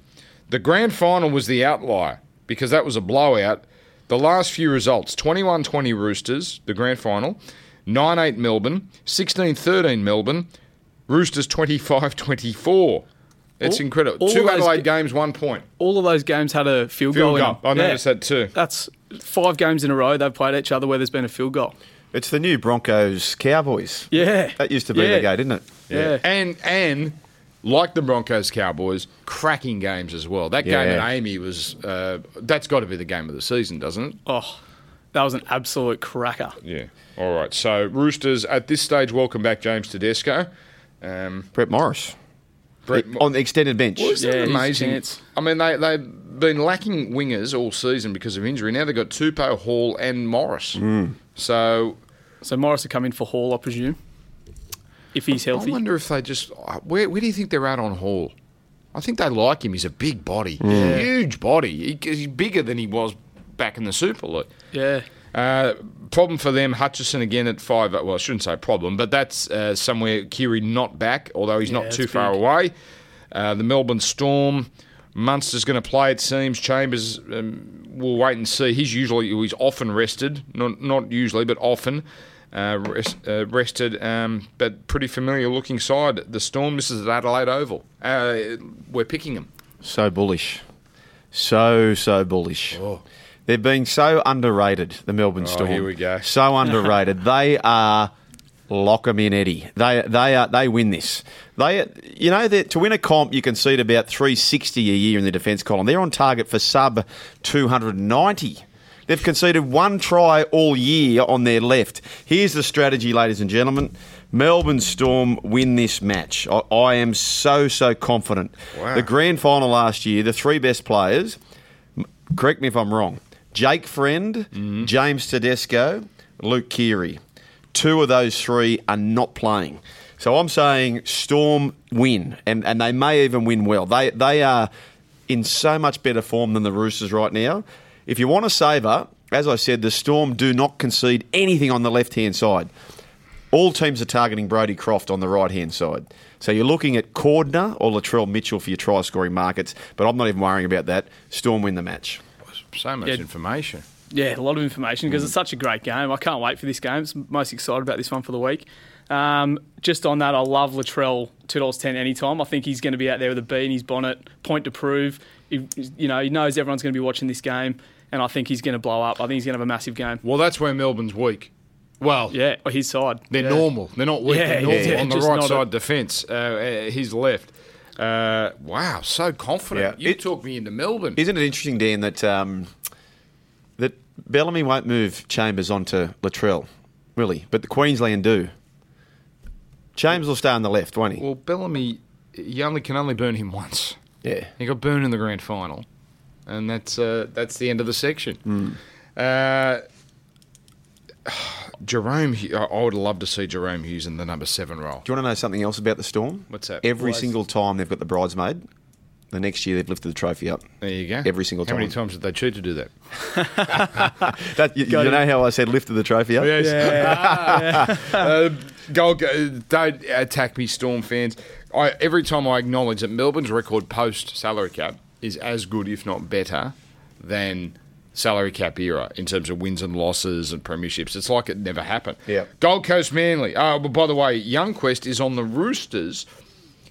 A: The grand final was the outlier because that was a blowout. The last few results 21 20 Roosters, the grand final, 9 8 Melbourne, 16 13 Melbourne, Roosters 25 24. It's
C: All-
A: incredible.
C: all
A: Two
C: those
A: Adelaide
C: ga-
A: games, one point.
C: All of those games had a field,
A: Field
C: in
A: goal.
C: them.
A: I
C: Yeah.
A: noticed that too.
C: That's five games in a row they've played each other where there's been a field goal.
B: It's the new Broncos Cowboys.
C: Yeah.
B: that used to be
C: Yeah.
B: the go, didn't it?
C: Yeah.
A: And and like the Broncos Cowboys, cracking games as well. That game
B: Yeah.
A: at Amy was uh, that's got to be the game of the season, doesn't it?
C: Oh, that was an absolute cracker.
A: Yeah. All right. So Roosters at this stage, welcome back James Tedesco. Um,
B: Brett Morris
A: Brett,
B: on the extended bench.
A: Well, isn't
C: Yeah,
A: that
C: he's a
A: amazing?
C: chance.
A: I mean, they, they've been lacking wingers all season because of injury. Now they've got Tupou, Hall, and Morris. So
C: So Morris will come in for Hall, I presume, if he's
A: I
C: healthy.
A: wonder if they just. uh, Where, where do you think they're at on Hall? I think they like him. He's a big body, huge body. He, he's bigger than he was back in the Super League.
C: yeah.
A: Uh, problem for them, Hutchison again at five. Well, I shouldn't say problem, but that's uh, somewhere Kiri not back, although he's not
C: Yeah,
A: too
C: it's
A: far
C: big.
A: away. Uh, the Melbourne Storm, Munster's going to play. It seems Chambers. Um, we'll wait and see. He's usually he's often rested, not not usually, but often. Uh, rest, uh, rested, um, but pretty familiar looking side. The Storm. This is at Adelaide Oval. Uh, we're picking them.
B: So bullish, so so bullish.
C: Oh.
B: They're being so underrated. The Melbourne Storm.
A: here we go.
B: So underrated. they are lock 'em in, Eddie. They they are they win this. They you know that to win a comp you concede about three sixty a year in the defence column. They're on target for sub two hundred and ninety. They've conceded one try all year on their left. Here's the strategy, ladies and gentlemen. Melbourne Storm win this match. I, I am so, so confident.
A: Wow.
B: The grand final last year, the three best players, correct me if I'm wrong. Jake Friend, James Tedesco, Luke Keary. Two of those three are not playing. So I'm saying Storm win, and, and they may even win well. They they are in so much better form than the Roosters right now. If you want to savour, as I said, the Storm do not concede anything on the left hand side. All teams are targeting Brody Croft on the right hand side. So you're looking at Cordner or Latrell Mitchell for your try scoring markets, but I'm not even worrying about that. Storm win the match.
A: So much
C: Yeah.
A: information.
C: Yeah, a lot of information because it's such a great game. I can't wait for this game. It's most excited about this one for the week. Um, just on that, I love Latrell two dollars ten anytime. I think he's going to be out there with a bee in his bonnet, point to prove. He, you know, he knows everyone's going to be watching this game, and I think he's going to blow up. I think he's going to have a massive game.
A: Well, that's where Melbourne's weak. Well,
C: Yeah, on his side.
A: They're
C: yeah.
A: normal. They're not weak.
C: Yeah,
A: They're normal.
C: yeah, yeah.
A: On the
C: Just
A: right
C: not
A: side defence, uh, uh, his left. Uh, wow, so confident.
B: Yeah.
A: You
B: It-
A: took me into Melbourne.
B: Isn't it interesting, Dan, that um, that Bellamy won't move Chambers onto Latrell, really, but the Queensland do. Chambers will stay on the left, won't he?
A: well, Bellamy, you only can only burn him once.
B: yeah.
A: He got burned in the grand final. and that's uh, that's the end of the section. Uh, Jerome, Hu- I I would love to see Jerome Hughes in the number seven role.
B: Do you want to know something else about the Storm?
A: What's that?
B: Every
A: Why?
B: single time they've got the bridesmaid, the next year they've lifted the trophy up.
A: There you go.
B: Every single
A: How many
B: time.
A: times did they choose to do that?
B: That, you, you know how I said lifted the trophy
C: Oh,
B: up?
A: uh, goal, go- don't attack me, Storm fans. I, every time I acknowledge that Melbourne's record post salary cap is as good, if not better, than salary cap era in terms of wins and losses and premierships. It's like it never happened.
B: Yeah.
A: Gold Coast Manly. Oh, but by the way, Young Quest is on the Roosters.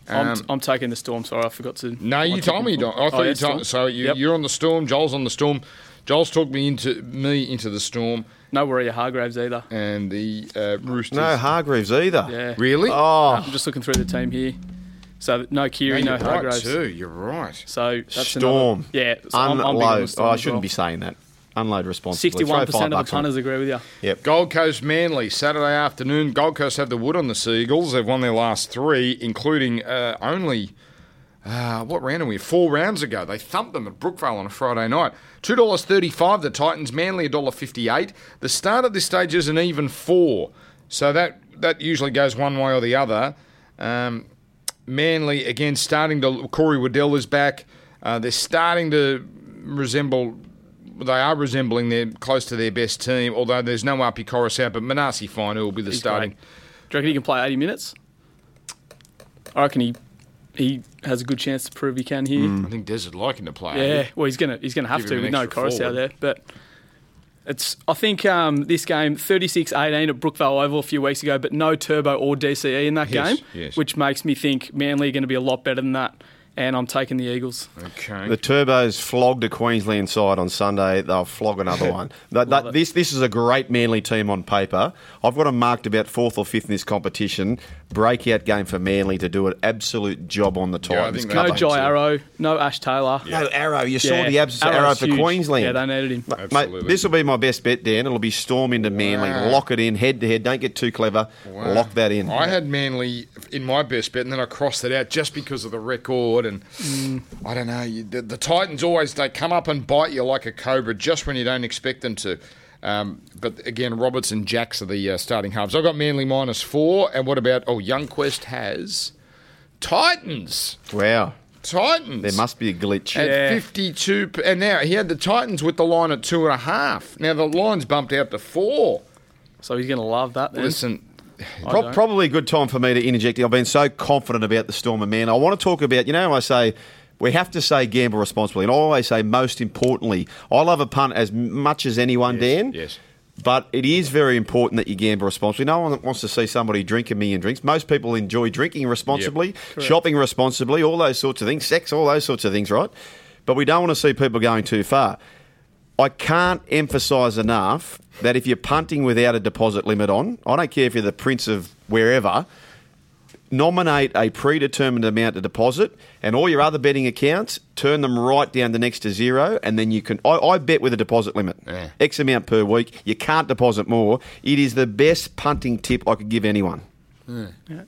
A: Um,
C: I'm, I'm taking the storm. Sorry, I forgot to.
A: No,
C: I
A: you
C: took
A: told
C: it-
A: me. You don't. I thought
C: Oh, yeah,
A: you told.
C: Storm.
A: So you,
C: Yep.
A: you're on the storm. Joel's on the storm. Joel's talked me into me into the storm
C: No worry, Hargraves either.
A: and the uh, Roosters.
B: No Hargreaves either.
C: Yeah.
A: really?
B: Oh,
C: I'm just looking through the team here. So no
A: No,
C: Kiri,
A: you're
C: no
A: right
C: Hargraves.
A: too. You're right.
C: So that's
B: Storm.
C: Another, yeah, so I'm,
B: unload.
C: I'm big on the
B: oh,
C: Storm
B: I
C: as
B: shouldn't
C: well.
B: be saying that. Unload responsibly. Throw
C: Sixty-one
B: five
C: percent of the
B: bucks on it.
C: punters agree with you.
B: Yep.
A: Gold Coast Manly, Saturday afternoon. Gold Coast have the wood on the Seagulls. They've won their last three, including uh, only, uh, what round are we? Four rounds ago. They thumped them at Brookvale on a Friday night. $2.35 the Titans, Manly $1.58. The start at this stage is an even four. So that, that usually goes one way or the other. Um, Manly, again, starting to. Corey Waddell is back. Uh, they're starting to resemble they are resembling their close to their best team, although there's no RP Corus out, but Manasi Finu will be the
C: He's
A: starting.
C: great. Do you reckon he can play eighty minutes? I reckon he he has a good chance to prove he can here.
A: I think Des would like him to play. eh?
C: Yeah, well, he's gonna he's gonna have
A: Mm. Give
C: to
A: him
C: with
A: an
C: no
A: extra
C: chorus out
A: forward.
C: there. But it's I think um, this game 36-18 at Brookvale Oval a few weeks ago, but no turbo or DCE in that
A: Yes,
C: game,
A: yes.
C: which makes me think Manly are going to be a lot better than that. And I'm taking the Eagles.
A: Okay.
B: The Turbos flogged a Queensland side on Sunday. They'll flog another one. That- that-
C: it.
B: this, this is a great Manly team on paper. I've got them marked about fourth or fifth in this competition. Breakout game for Manly to do an absolute job on the
A: I
B: Titans.
A: think
C: No
A: they-
B: Can't
A: too.
B: they?
C: Jai Arrow, no Ash Taylor.
B: No arrow. You saw
C: Yeah,
B: the absence of
C: Arrow's
B: arrow for
C: huge.
B: Queensland.
C: Yeah, they needed him.
B: Ma- Mate,
A: Absolutely.
B: this will be my best bet, Dan. It'll be storm into Manly.
A: Wow.
B: Lock it in head to head. Don't get too clever.
A: Wow.
B: Lock that in.
A: I had Manly in my best bet, and then I crossed it out just because of the record. And I don't know. You, the, the Titans always they come up and bite you like a cobra just when you don't expect them to. Um, but again, Roberts and Jacks are the uh, starting halves. I've got Manly minus four, and what about oh, Youngquest has Titans.
B: wow.
A: Titans.
B: There must be a glitch.
A: at
C: Yeah.
A: 52. p- And now he had the Titans with the line at two and a half. Now the line's bumped out to four.
C: So he's going to love that. Then.
A: Listen,
B: Pro-
C: don't.
B: probably a good time for me to interject. I've been so confident about the Storm of Man. I want to talk about, you know, I say we have to say gamble responsibly, and I always say most importantly, I love a punt as much as anyone, Dan.
A: yes.
B: But it is very important that you gamble responsibly. No one wants to see somebody drink a million drinks. Most people enjoy drinking responsibly, shopping responsibly, all those sorts of things, sex, all those sorts of things, right? But we don't want to see people going too far. I can't emphasise enough that if you're punting without a deposit limit on, I don't care if you're the prince of wherever, nominate a predetermined amount to deposit and all your other betting accounts, turn them right down to next to zero, and then you can. I, I bet with a deposit limit,
A: Yeah.
B: X amount per week. You can't deposit more. It is the best punting tip I could give anyone.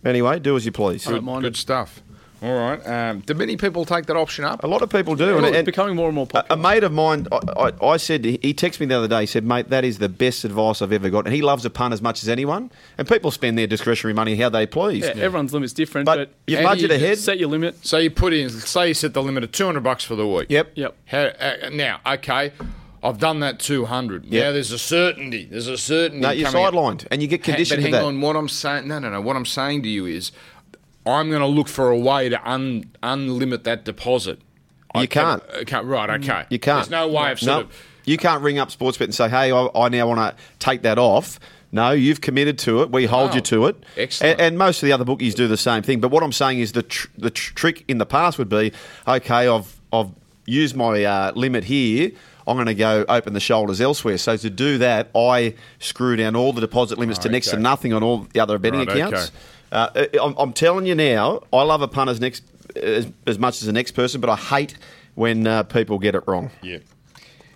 B: Anyway, do as you please.
C: I don't mind
A: good
C: it.
A: stuff. All right. Um, do many people take that option up?
B: A lot of people do, and, uh,
C: It's
B: and-
C: becoming more and more
B: A, a
C: popular.
B: mate of mine, I, I, I said, to- he texted me the other day, he said, mate, that is the best advice I've ever got. And he loves a pun as much as anyone. And people spend their discretionary money how they please.
C: yeah, Everyone's limit's different,
B: But,
C: but,
B: you
A: and
B: budget
A: you-
B: ahead.
C: set your limit.
A: So you put in, say you set the limit at 200 bucks for the week.
B: Yep.
C: Yep.
A: How, uh, now, okay, I've done that 200.
B: Yep.
A: Now there's a certainty. There's a certainty.
B: No, you're
A: coming up.
B: sidelined and you get
A: Ha-
B: conditioned
A: but hang
B: to that.
A: on, what I'm saying, no, no, no. What I'm saying to you is, I'm going to look for a way to un unlimit that deposit.
B: You can't. Mm.
A: I can't. Right. Okay.
B: You can't.
A: There's no way of sort
B: No.
A: of.
B: You can't ring up Sportsbet and say, hey, I, I now want to take that off. No, you've committed to it. We hold
A: Wow.
B: you to it.
A: Excellent.
B: And, and most of the other bookies do the same thing. But what I'm saying is the tr- the tr- trick in the past would be, okay, I've I've used my uh, limit here. I'm going to go open the shoulders elsewhere. So to do that, I screw down all the deposit limits to next to
A: Okay.
B: nothing on all the other betting
A: Right,
B: accounts.
A: okay.
B: Uh, I- I'm, I'm telling you now, I love a pun as next as, as much as the next person, but I hate when uh, people get it wrong.
A: Yeah.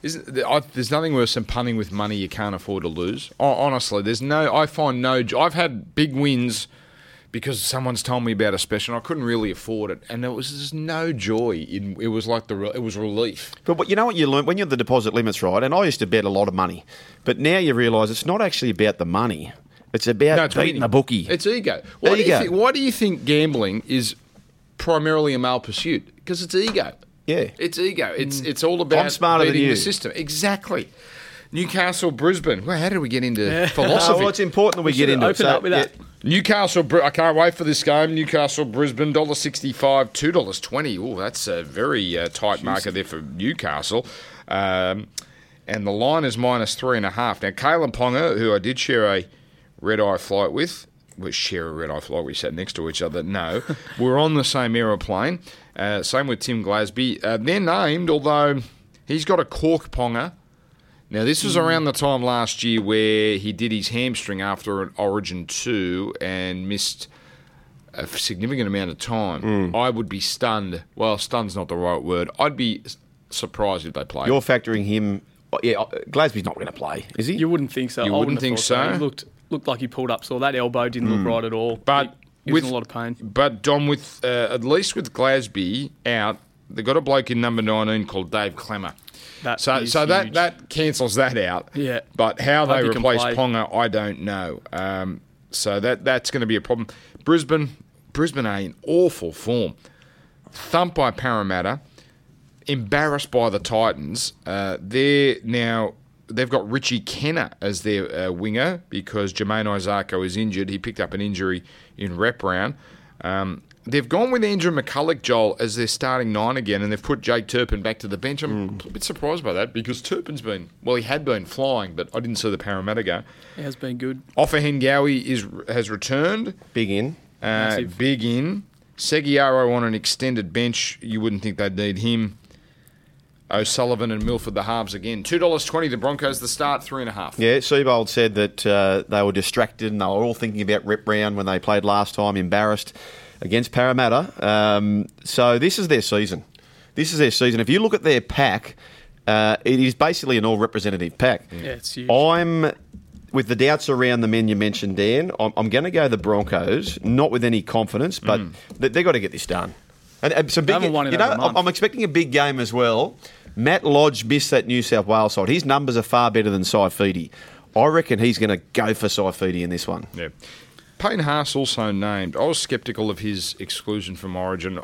A: Isn't, there- I, there's nothing worse than punting with money you can't afford to lose. Ho- Honestly, there's no. I find no. j- I've had big wins because someone's told me about a special and I couldn't really afford it, and there was just no joy. In, it was like the re- it was relief.
B: But what, you know what you learn when you're the deposit limits, right? And I used to bet a lot of money, but now you realise it's not actually about the money; it's about
A: No, it's
B: beating
A: winning.
B: the bookie.
A: It's ego. Why do you
B: Ego.
A: thi- why do you think gambling is primarily a male pursuit? Because it's ego.
B: Yeah. Mm.
A: it's ego. It's it's all about
B: smarter than
A: beating
B: you.
A: the system. Exactly. Newcastle, Brisbane. Well, how did we get into philosophy?
B: No, Uh, well, it's important that we, get
C: should
B: into it.
C: open up with that.
A: Newcastle, Br- I can't wait for this game. Newcastle, Brisbane, dollar sixty-five, two dollars twenty. Oh, that's a very uh, tight marker there for Newcastle. Um, and the line is minus three and a half. Now, Kalen Ponga, who I did share a red-eye flight with, we share a red-eye flight. We sat next to each other. No, we're on the same aeroplane. Uh, same with Tim Glasby. Uh, they're named, although he's got a cork Ponga. Now, this was around the time last year where he did his hamstring after an Origin 2 and missed a significant amount of time. I would be stunned. Well, stunned's not the right word. I'd be s- surprised if they played.
B: You're factoring him. oh, Yeah, oh, Glasby's not going to play, is he?
C: You wouldn't think so.
A: You
C: I
A: wouldn't
C: have
A: think
C: thought
A: so?
C: He looked looked like he pulled up sore. That elbow didn't
B: Hmm.
C: look right at all.
A: But
C: he, he was
A: with
C: in a lot of pain.
A: But Dom, with uh, at least with Glasby out, they got a bloke in number nineteen called Dave Clemmer.
C: That
A: so
C: is
A: so that
C: huge.
A: that cancels that out.
C: Yeah.
A: But how
C: Hope
A: they
C: he can
A: replace
C: play.
A: Ponga, I don't know. Um, so that that's going to be a problem. Brisbane, Brisbane are in awful form. Thumped by Parramatta, embarrassed by the Titans. Uh, they're now they've got Richie Kenner as their uh, winger because Jermaine Isako is injured. He picked up an injury in rep round. Um, they've gone with Andrew McCulloch Joel as their starting nine again, and they've put Jake Turpin back to the bench. I'm a bit surprised by that because Turpin's been well, he had been flying, but I didn't see the Parramatta go.
C: It has been good.
A: Offa Hengawi is has returned.
B: Big in.
A: Uh,
C: Massive.
A: big in. Seguiaro on an extended bench. You wouldn't think they'd need him. O'Sullivan and Milford the halves again. Two dollars twenty. The Broncos the start three and a half.
B: Yeah, Seibold said that uh, they were distracted and they were all thinking about rep round when they played last time, embarrassed against Parramatta. Um, so this is their season. This is their season. If you look at their pack, uh, it is basically an all representative pack.
C: Yeah, it's huge.
B: I'm with the doubts around the men you mentioned, Dan. I'm, I'm going to go the Broncos, not with any confidence, but
C: Mm.
B: they, they've got to get this done. And, and so big,
C: haven't won in
B: you know,
C: over a month.
B: I'm expecting a big game as well. Matt Lodge missed that New South Wales side. His numbers are far better than Saifidi. I reckon he's going to go for Saifidi in this one.
A: Yeah. Payne Haas also named. I was sceptical of his exclusion from Origin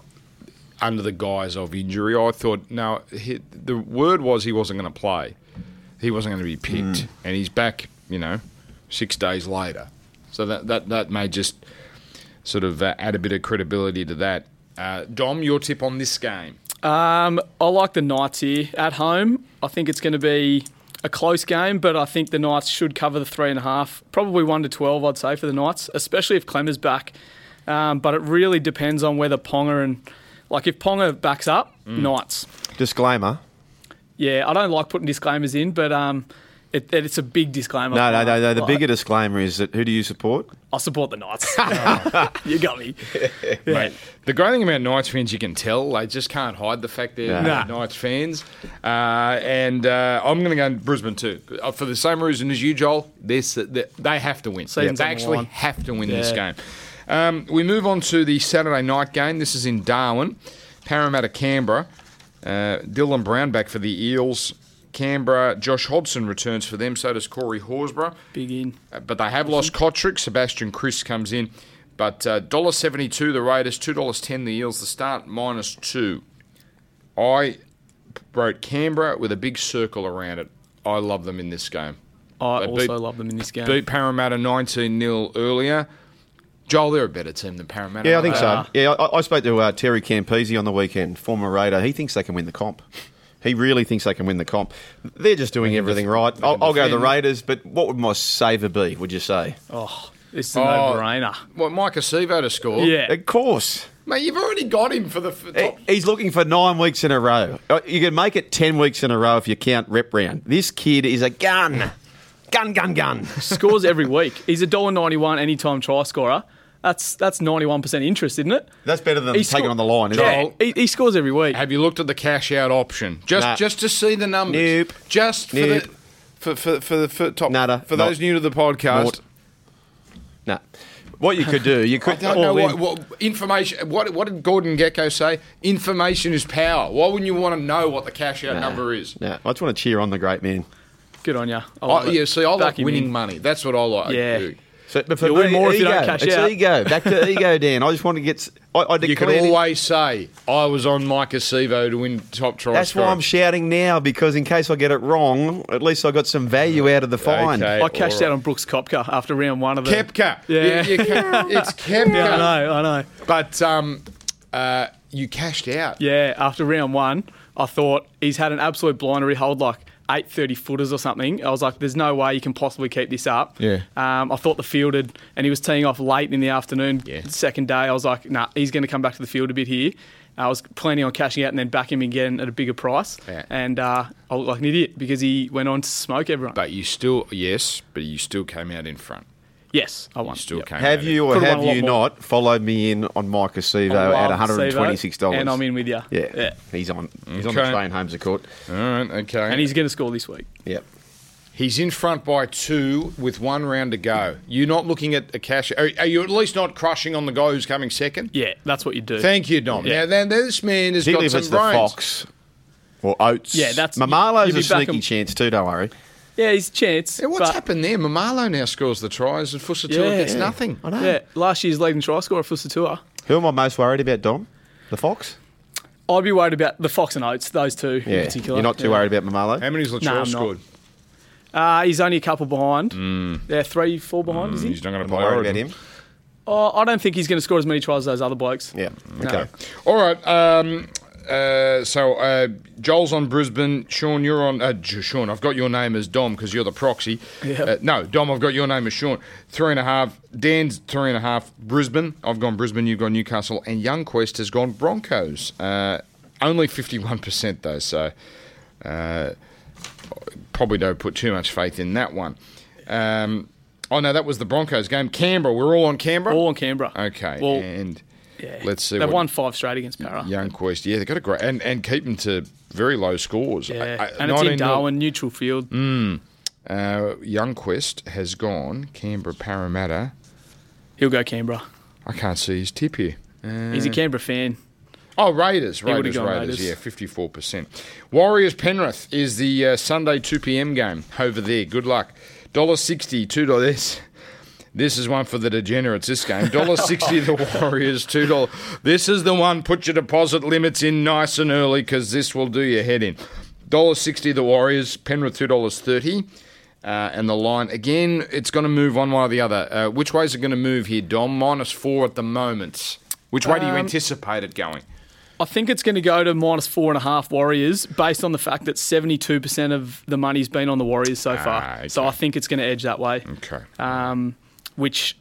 A: under the guise of injury. I thought, no, he, the word was he wasn't going to play. He wasn't going to be picked. And he's back, you know, six days later. So that, that, that may just sort of uh, add a bit of credibility to that. Uh, Dom, your tip on this game?
C: Um, I like the Knights here at home. I think it's going to be a close game, but I think the Knights should cover the three and a half, probably one to twelve, I'd say for the Knights, especially if Clemmer's back. Um, but it really depends on whether Ponga and like if Ponga backs up,
B: Mm.
C: Knights.
B: Disclaimer.
C: Yeah, I don't like putting disclaimers in, but um, it, it's a big disclaimer.
B: No, no, no, no. The
C: Like,
B: bigger disclaimer is that who do you support?
C: I support the Knights. you got me.
A: Mate, the great thing about Knights fans, you can tell they just can't hide the fact they're
C: Nah.
A: Knights fans. Uh, and uh, I'm going to go Brisbane too Uh, for the same reason as you, Joel. This they they have to win.
C: Season's
A: they
C: on the
A: actually
C: line.
A: have to win this
C: Yeah.
A: game. Um, we move on to the Saturday night game. This is in Darwin, Parramatta, Canberra. Uh, Dylan Brown back for the Eels. Canberra, Josh Hodgson returns for them. So does Corey Horsburgh.
C: Big in.
A: Uh, but they have lost Kotrick. Sebastian Chris comes in, but uh, dollar seventy two the Raiders, two dollars ten the Eels. The start minus two. I wrote Canberra with a big circle around it. I love them in this game.
C: I
A: They
C: also
A: beat-
C: love them in this game.
A: Beat Parramatta nineteen 0 earlier. Joel, they're a better team than Parramatta.
B: Yeah, I think
A: aren't
B: so. Yeah, I, I spoke to uh, Terry Campese on the weekend, former Raider. He thinks they can win the comp. He really thinks they can win the comp. They're just doing everything right. I'll, I'll go the
A: defend.
B: Raiders, but what would my saver be? Would you say?
C: Oh, this is
A: they?
C: a
A: Oh,
C: no-brainer.
A: What Micah Sevo to score?
C: Yeah.
B: Of course.
A: mate, you've already got him for the f-
B: He-
C: Oh.
A: top.
B: He's looking for nine weeks in a row. Uh, You can make it ten weeks in a row if you count rep round. This kid is a gun, gun, gun, gun.
C: Scores every week. He's a dollar ninety-one anytime try scorer. That's that's ninety-one percent interest, isn't it?
B: That's better than
C: He
B: taking
C: sco-
B: on the line. Isn't
A: Yeah.
B: it?
C: He, he scores every week.
A: Have you looked at the cash out option? Just
B: Nah.
A: just to see the numbers.
B: Nope.
A: Just for
B: Nope.
A: the for for, for the for top
B: Nada.
A: for
B: Not-
A: those new to the podcast.
B: Naught. No. What you could do, you
A: I
B: could
A: don't
B: all
A: know
B: in.
A: what, what information. What, what did Gordon Gecko say? Information is power. Why wouldn't you want to know what the cash out
B: Nah,
A: number is?
B: nah. I just want to cheer on the great man.
C: Good on you. I
A: I,
C: love it.
A: yeah, see, I
C: Back
A: like
C: him
A: winning
C: in.
A: money. That's what I like.
C: Yeah.
A: to do.
B: So, but for
C: You'll
B: me,
C: win more if you don't cash
B: it's
C: out.
B: ego. Back to ego, Dan. I just want to get. s- I, I
A: You can
B: declare-
A: always say I was on Mike Acevo to win top try.
B: That's why
A: scorer."
B: I'm shouting now because in case I get it wrong, at least I got some value out of the find.
A: Okay.
C: I cashed
A: Alright.
C: out on Brooks Kopka after round one of the.
A: Kepka.
C: Yeah.
A: You- you ca- it's Kepka.
C: Yeah, I know, I know.
A: But um, uh, you cashed out.
C: Yeah, after round one, I thought he's had an absolute blinder. He held like eight thirty footers or something. I was like, there's no way you can possibly keep this up.
A: Yeah.
C: Um, I thought the fielded, and he was teeing off late in the afternoon.
A: Yeah.
C: Second day, I was like, nah, he's going to come back to the field a bit here. I was planning on cashing out and then back him again at a bigger price.
A: Yeah.
C: And uh, I looked like an idiot because he went on to smoke everyone.
A: But you still, yes, but you still came out in front.
C: yes, I won.
A: You still
C: Yep.
A: came out
B: Have
A: in-
B: you or
C: Could've
B: have
C: won a lot
B: you
C: more.
B: not followed me in on Mike Acevo
C: I
B: at
C: love
B: $126?
C: Sevo, And I'm in with you.
B: Yeah. he's on. He's on
A: Okay.
B: the train home to court.
A: All right, okay.
C: And he's going to score this week.
B: Yep.
A: He's in front by two with one round to go. You're not looking at a cash. Are, are you at least not crushing on the guy who's coming second?
C: Yeah, that's what you do.
A: Thank you, Dom.
C: Yeah.
A: Now, then this man has got
B: Particularly if
A: some
B: it's the
A: brains.
B: Fox or Oates.
C: Yeah, that's-
B: Mamalo's
C: you'd
B: a
C: be back
B: sneaky
C: on-
B: chance too. Don't worry.
C: yeah, he's a chance.
A: Yeah, what's
C: but-
A: happened there? Mamalo now scores the tries and Fusatula
C: Yeah.
A: gets nothing.
B: I know.
C: Yeah, last year's leading try scorer for Satua.
B: Who am I most worried about, Dom? The Fox.
C: I'd be worried about the Fox and Oates, those two in particular.
B: You're not too
C: Yeah.
B: worried about Mamalo.
A: How many's Latrell
C: Nah, I'm not.
A: scored?
C: Uh, he's only a couple behind. Yeah, three, four behind, is he?
A: Mm, He's not going to
B: Am
A: play
B: I worried
A: Origin.
B: about him?
C: Oh, I don't think he's going to score as many tries as those other blokes.
B: Yeah.
C: No.
B: Okay.
A: All right. Um, uh, so uh, Joel's on Brisbane. Sean, you're on. Uh, J- Sean, I've got your name as Dom because you're the proxy.
C: Yeah.
A: Uh, no, Dom, I've got your name as Sean. Three and a half. Dan's three and a half. Brisbane. I've gone Brisbane. You've gone Newcastle. And Young Quest has gone Broncos. Uh, only 51% though. So uh, probably don't put too much faith in that one. Um, oh no, that was the Broncos game. Canberra. We're all on Canberra.
C: All on Canberra.
A: Okay.
C: Well,
A: and
C: yeah.
A: let's see.
C: They've
A: what-
C: won five straight against Para. Yeah.
A: Young Quest, yeah, they got a great and and keep them to very low scores. I- I-
C: and it's
A: 19
C: in
A: nil.
C: Darwin, neutral field.
A: Uh, Young Quest has gone Canberra Parramatta.
C: He'll go Canberra.
A: I can't see his tip here.
C: He's a Canberra fan.
A: Oh, Raiders,
C: would've
A: Raiders,
C: gone
A: Raiders,
C: Raiders.
A: yeah, fifty-four percent. Warriors Penrith is the uh, Sunday two p.m. game over there. Good luck. Dollar sixty, two dollars. This is one for the degenerates. This game, dollar sixty the Warriors, two dollars. This is the one. Put your deposit limits in nice and early because this will do your head in. Dollar sixty the Warriors, Penrith two dollars thirty, uh, and the line again. It's going to move one way or the other. Uh, which way is it going to move here, Dom? Minus four at the moment. Which way do you anticipate it going?
C: I think it's going to go to minus four and a half Warriors based on the fact that 72% of the money's been on the Warriors so far.
A: Ah,
C: So
A: okay.
C: I think it's going to edge that way.
A: Okay.
C: um, which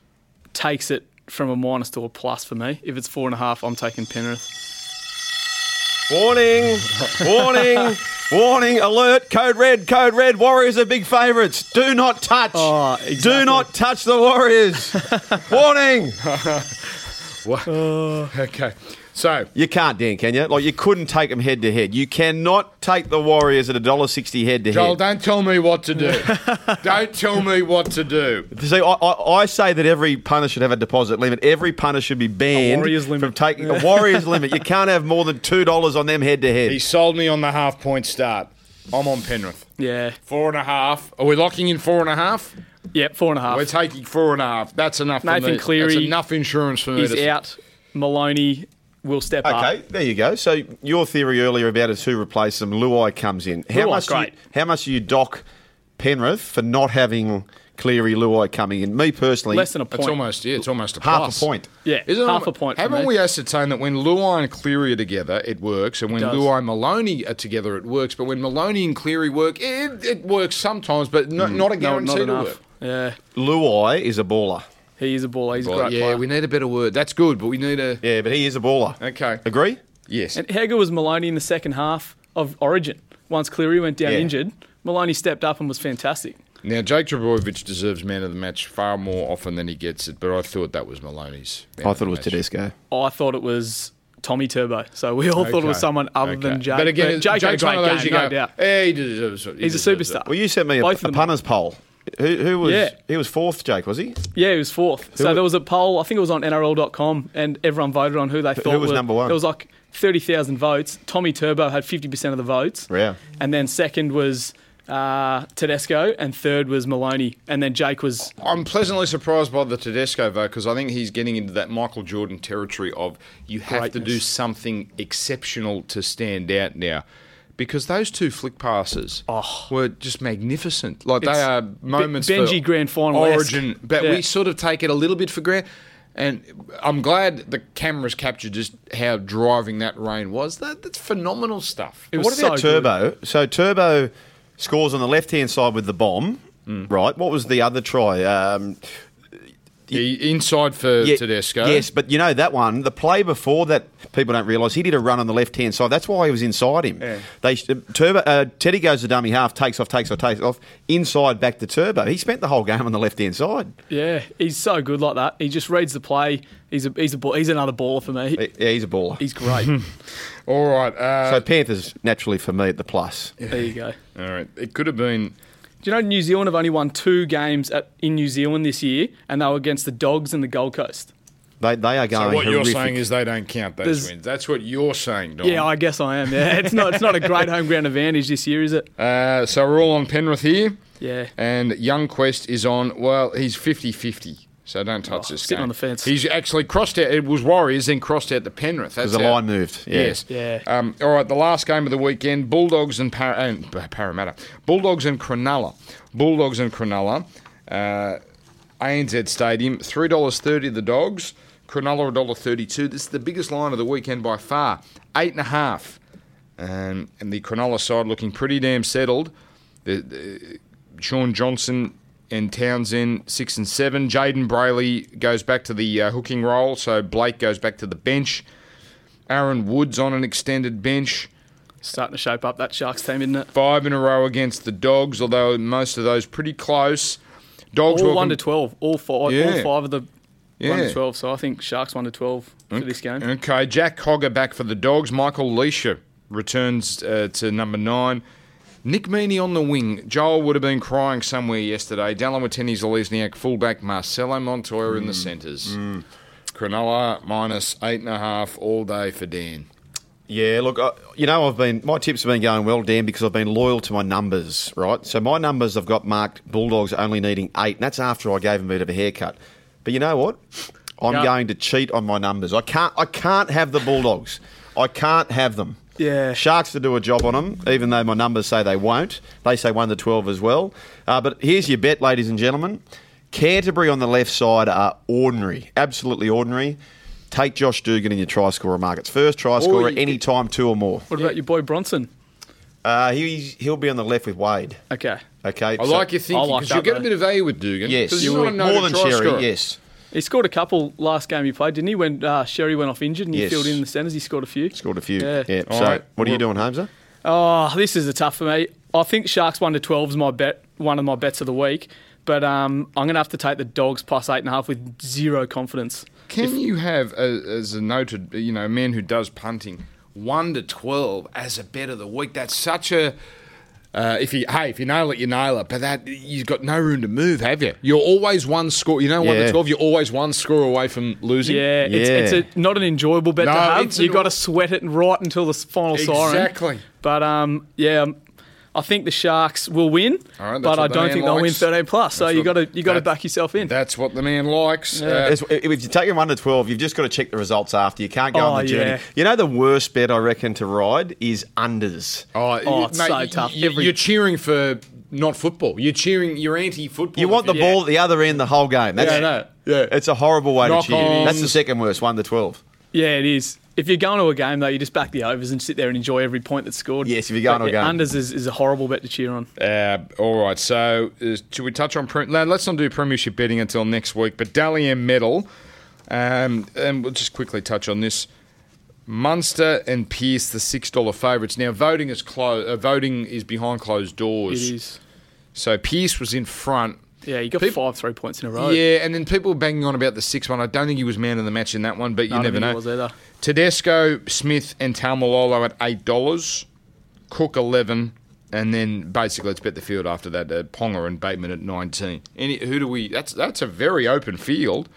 C: takes it from a minus to a plus for me. If it's four and a half, I'm taking Penrith.
B: Warning! Warning! warning! Alert! Code red! Code red! Warriors are big favourites. Do not touch.
C: Oh,
B: Do
C: exactly.
B: not touch the Warriors. warning!
A: Okay. So,
B: You can't, Dan, can you? Like you couldn't take them head to head. You cannot take the Warriors at a dollar sixty head to
A: Joel,
B: head.
A: don't tell me what to do. don't tell me what to do.
B: See, I, I, I say that every punter should have a deposit limit. Every punter should be banned
C: Warriors limit.
B: from taking a Warriors limit. You can't have more than two dollars on them head to
A: He
B: head.
A: sold me on the half point start. I'm on Penrith.
C: Yeah.
A: Four and a half. Are we locking in four and a half?
C: Yep, four and a
A: We're
C: half.
A: taking four and a half. That's enough for
C: Nathan
A: me.
C: Cleary
A: That's enough insurance for me.
C: He's
A: to-
C: out. Maloney will step up.
B: Okay, there you go. So your theory earlier about is who replaced them. Luai comes in. How
C: Luai's
B: much? do you-
C: great.
B: how much do you dock Penrith for not having Cleary Luai coming in? Me personally,
C: Less than a
A: It's
C: point.
A: almost, yeah, it's almost a
B: half
A: plus.
B: a point.
C: yeah,
A: Isn't
C: half
A: it-
C: a point. for
A: Haven't
C: me.
A: we ascertained that when Luai and Cleary are together, it works, and when
C: does.
A: Luai and Maloney are together, it works. But when Maloney and Cleary work, it, it works sometimes, but not, not a
C: Mm. No, not
A: guarantee to work.
C: enough. Yeah,
B: Luai is a baller.
C: he is a baller. He's a
A: Well,
C: great
A: yeah,
C: player.
A: we need a better word. That's good, but we need a
B: Yeah, but he is a baller.
A: okay.
B: Agree?
A: Yes.
C: and Hegger was Maloney in the second half of Origin. Once Cleary went down
B: Yeah.
C: injured, Maloney stepped up and was fantastic.
A: Now Jake Trebojevic deserves man of the match far more often than he gets it, but I thought that was Maloney's. man
B: I
A: of
B: thought it
A: the
B: was
A: match.
B: Tedesco.
C: I thought it was Tommy Turbo. So we all thought it was
A: Okay.
C: someone other than
A: Okay.
C: Jake.
A: But again,
C: Jake had a
A: Jake's
C: great
A: one of those
C: game,
A: you go,
C: no doubt.
A: "Eh, he deserves it. He
C: He's a
A: deserves it."
C: superstar.
B: Well, you sent me a,
C: Both of
B: a
C: them.
B: punters poll. Who, who was
C: Yeah.
B: he was fourth, Jake, was he?
C: Yeah, he was fourth. so
B: wa-
C: there was a poll. I think it was on NRL.com, and everyone voted on who they thought
B: was
C: were-
B: number one?
C: There was like thirty thousand votes. Tommy Turbo had fifty percent of the votes.
B: Yeah.
C: And then second was uh, Tedesco, and third was Maloney, and then Jake was.
A: I'm pleasantly surprised by the Tedesco vote because I think he's getting into that Michael Jordan territory of you have to do
C: Greatness.
A: something exceptional to stand out now. Because those two flick passes were just magnificent. Like
C: Oh. It's
A: they are
C: Be-
A: moments.
C: Benji
A: for
C: grand final-esque.
A: origin, but
C: Yeah.
A: we sort of take it a little bit for granted. And I'm glad the cameras captured just how driving that rain was. That that's phenomenal stuff.
C: It was
B: What about
C: so good.
B: Turbo? So Turbo scores on the left hand side with the bomb,
C: Hmm.
B: right? What was the other try? Um,
A: The inside for
B: yeah,
A: Tedesco.
B: Yes, but you know that one, the play before that, people don't realise he did a run on the left hand side. That's why he was inside him. They Turbo uh, Teddy goes the dummy half, takes off, takes off, takes off, inside back to Turbo. He spent the whole game on the left hand side.
C: Yeah, he's so good like that. He just reads the play. He's a he's a ball, he's another baller for me.
B: He- Yeah, he's a baller.
C: He's great.
A: All right. Uh,
B: so Panthers naturally for me at the plus.
C: there you go.
A: all right. It could have been
C: Do you know New Zealand have only won two games at, in New Zealand this year, and they were against the Dogs and the Gold Coast.
B: They they are
A: So
B: going.
A: what you're
B: horrific.
A: saying is they don't count those
C: There's-
A: wins. That's what you're saying, Don.
C: Yeah, I guess I am. Yeah, it's not it's not a great home ground advantage this year, is it?
A: uh, so we're all on Penrith here.
C: Yeah.
A: And Young Quest is on, well, he's 50-50. So don't touch
C: Oh,
A: this
C: sitting
A: game.
C: on the fence.
A: He's actually crossed out. It was Warriors, then crossed out the Penrith. That's
B: the
A: how-
B: line moved, yeah.
A: Yes.
C: Yeah.
A: Um, all right. The last game of the weekend: Bulldogs and, Par- and P- Parramatta. Bulldogs and Cronulla. Bulldogs and Cronulla. Uh, ANZ Stadium. Three dollars thirty. The Dogs. Cronulla a dollar thirty-two. This is the biggest line of the weekend by far. Eight and a half. Um, and the Cronulla side looking pretty damn settled. The, the, Sean Johnson and Townsend six and seven. Jaden Brayley goes back to the uh, hooking role, so Blake goes back to the bench. Aaron Woods on an extended bench.
C: Starting to shape up that Sharks team, isn't it?
A: Five in a row against the Dogs, although most of those pretty close. Dogs
C: All
A: welcome-
C: one to twelve. All four. All
A: Yeah.
C: five of the one
A: Yeah.
C: to twelve. So I think Sharks one to twelve for this game.
A: Okay, Jack Cogger back for the Dogs. Michael Leisha returns uh, to number nine. Nick Meaney on the wing. Joel would have been crying somewhere yesterday. Dallin Watini Zalesniak, fullback. Marcelo Montoya in the
B: Mm,
A: centres. Cronulla minus eight and a half all day for Dan.
B: Yeah, look, I, you know, I've been my tips have been going well, Dan, because I've been loyal to my numbers, right? So my numbers I've got marked Bulldogs only needing eight, and that's after I gave them a bit of a haircut. But you know what? I'm
C: Yeah.
B: going to cheat on my numbers. I can't. I can't have the Bulldogs. I can't have them.
C: Yeah.
B: Sharks to do a job on them, even though my numbers say they won't. They say one to twelve as well. Uh, but here's your bet, ladies and gentlemen. Canterbury on the left side are ordinary, absolutely ordinary. Take Josh Dugan in your try scorer markets. First try scorer
A: you-
B: any time two or more.
C: What about your boy Bronson?
B: Uh, he, he'll be on the left with Wade.
C: Okay,
B: Okay.
A: I like your thinking
C: I like
A: because
C: that,
A: you get a
C: though.
A: bit of value with Dugan.
B: Yes,
A: 'Cause he's
B: you
A: not
B: will.
A: a known
B: more than
A: try
B: Sherry.
A: scorer.
B: Yes.
C: he scored a couple last game he played, didn't he? When uh, Sherry went off injured and he
B: Yes.
C: filled in the centres, he scored a few.
B: Scored a few. Yeah.
C: Yeah.
A: All
B: So,
A: right.
B: what are you
A: Well-
B: doing, Holmeser?
C: Oh, this is a tough for me. I think Sharks one to twelve is my bet, one of my bets of the week. But um, I'm gonna have to take the Dogs plus eight and a half with zero confidence.
A: Can you have, a, as a noted, you know, a man who does punting, one to twelve as a bet of the week? That's such a. Uh, if you hey, if you nail it, you nail it. But that you've got no room to move, have you? You're always one score. You know, one
B: Yeah.
A: to twelve. You're always one score away from losing.
C: Yeah, it's,
B: Yeah.
C: it's a, not an enjoyable bet
A: No,
C: to have.
A: it's
C: You
A: an-
C: got to sweat it right until the s- final siren.
A: Exactly.
C: But um, yeah, um, I think the Sharks will win.
A: All right, that's
C: but
A: what
C: I
A: the
C: don't
A: man
C: think they'll win
A: likes.
C: 13 plus. So
A: That's
C: you
A: what-
C: got to you got to
A: that-
C: back yourself in.
A: That's what the man likes. Uh,
B: It's- If you take him under 12, you've just got to check the results after. You can't go
C: Oh,
B: on the journey.
C: yeah.
B: You know, the worst bet I reckon to ride is unders.
A: oh,
C: Oh, it's so tough. Every-
A: You're cheering for not football. You're cheering. You're anti-football.
B: You want the
A: if
B: ball at the other end the whole game. That's,
A: Yeah, I know. Yeah.
B: It's a horrible way
A: Knock
B: to cheer. That's the
A: ons.
B: second worst, 1 to 12.
C: yeah, it is. If you're going to a game though, you just back the overs and sit there and enjoy every point that's scored.
B: Yes, if you're going
C: But,
B: to a
C: yeah,
B: game.
C: unders is, is a horrible bet to cheer on.
A: Uh, all right, so uh, should we touch on pre- no, let's not do premiership betting until next week. But Dally M medal, um, and we'll just quickly touch on this. Munster and Pierce, the six dollar favourites. Now voting is closed. Uh, voting is behind closed
C: It
A: doors.
C: is.
A: So Pierce was in front.
C: Yeah, you got
A: People-
C: five three points in a row.
A: Yeah, and then people were banging on about the six one. I don't think he was man of the match in that one, but you
C: I don't
A: never
C: think he
A: know.
C: was either.
A: Tedesco, Smith, and Talmalolo at eight dollars. Cook eleven. and then basically let's bet the field after that. Uh, Ponga and Bateman at nineteen. Any, who do we? That's that's a very open field.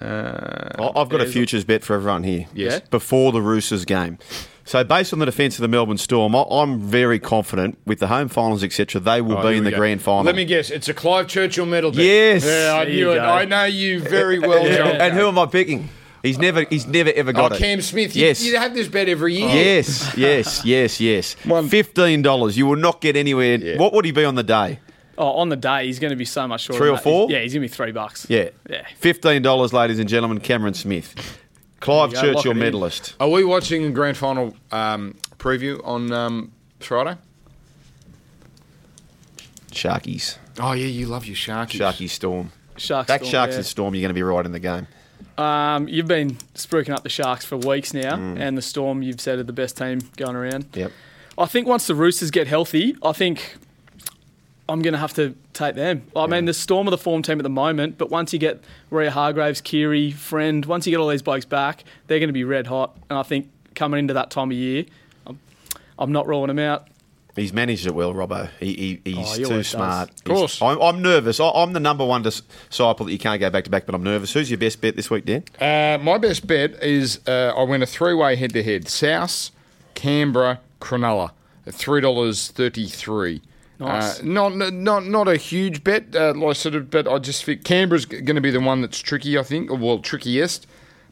B: I- I've got a futures bet for everyone here.
A: Yes.
B: Before the Roosters game. So, based on the defence of the Melbourne Storm, I- I'm very confident with the home finals, etc., they will
A: Oh,
B: be
A: here
B: in
A: we
B: the
A: go.
B: grand final.
A: Let me guess. It's a Clive Churchill medal. bet.
B: Yes.
A: Yeah, I
C: There
A: knew
C: you
A: it.
C: go.
A: I know you very well,
B: Yeah.
A: John.
B: And who am I picking? He's never, he's never ever
A: Oh,
B: got it.
A: Cam Smith. You,
B: Yes.
A: you have this bet every year.
B: Yes, yes, yes, yes.
A: One-
B: Fifteen dollars. You will not get anywhere.
A: Yeah.
B: What would he be on the day?
C: Oh, on the day, he's going to be so much shorter.
B: Three
C: than
B: or
C: that.
B: four?
C: He's- yeah, he's going to be three bucks.
B: Yeah,
C: Yeah.
B: Fifteen dollars, ladies and gentlemen. Cameron Smith, Clive
C: There you go, lock
B: Churchill
C: it in.
B: medalist.
A: Are we watching a grand final um, preview on um, Friday?
B: Sharkies,
A: Oh yeah, you love your Sharkies.
B: Sharky Storm.
C: Sharks.
B: Back
C: Storm,
B: Sharks
C: yeah.
B: and Storm. You're going to be right in the game.
C: Um, you've been spruiking up the Sharks for weeks now,
B: Mm.
C: and the Storm, you've said, are the best team going around.
B: Yep.
C: I think once the Roosters get healthy, I think I'm going to have to take them. I mean, the Storm are the form team at the moment, but once you get Rhea Hargraves, Keary, Friend, once you get all these blokes back, they're going to be red hot. And I think coming into that time of year, I'm, I'm not ruling them out.
B: He's managed it well, Robbo. He, he,
C: Oh,
B: he's
C: he
B: too
C: always
B: smart.
C: does.
A: Of course.
B: He's- I'm, I'm nervous. I, I'm the number one dis- disciple that you can't go back to back, but I'm nervous. Who's your best bet this week, Dan?
A: Uh, my best bet is uh, I win a three-way head-to-head: South, Canberra, Cronulla. Three dollars thirty-three.
C: Nice.
A: Uh, not not not a huge bet, uh, like sort of, but I just think Canberra's going to be the one that's tricky. I think, or well, trickiest.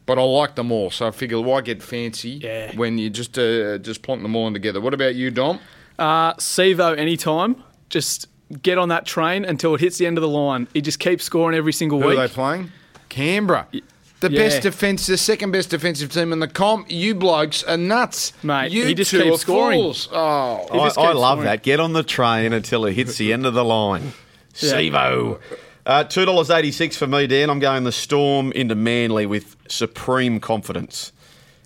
A: But I like them all, so I figure why get fancy
C: Yeah.
A: when you just uh, just plonk them all in together. What about you, Dom?
C: Uh, Sevo, anytime, just get on that train until it hits the end of the line. He just keeps scoring every single
A: Who
C: week.
A: are they playing? Canberra. The
C: Yeah.
A: best defence, the second best defensive team in the comp. You blokes are nuts,
C: Mate,
A: You
C: he just
A: two
C: keeps
A: are
C: scoring.
A: fools. Oh,
C: He
B: I,
C: just
B: I
C: keeps
B: love
C: scoring.
B: that. Get on the train until it hits the end of the line.
C: Yeah.
B: Sevo. Uh, Two dollars eighty six for me, Dan. I'm going the Storm into Manly with supreme confidence,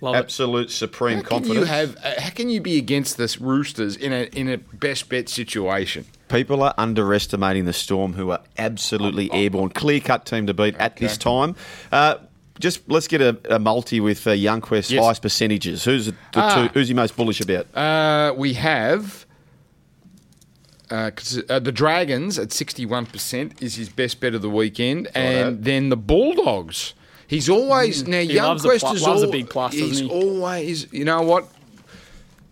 C: Love it.
B: absolute supreme
A: how can
B: confidence.
A: you have? Uh, how can you be against this Roosters in a in a best bet situation?
B: People are underestimating the Storm, who are absolutely airborne, clear cut team to beat at this time. Uh, just let's get a, a multi with uh, Youngquest's
A: Yes.
B: highest percentages. Who's the
A: Ah.
B: two, who's he most bullish about?
A: Uh, we have. Uh, 'cause, uh, the Dragons at 61% is his best bet of the weekend, and then the Bulldogs. He's always now
C: Mm. He
A: young
C: loves a
A: Quest
C: plu-
A: is
C: loves a
A: al-
C: big plus, doesn't
A: He's
C: he?
A: always, you know what?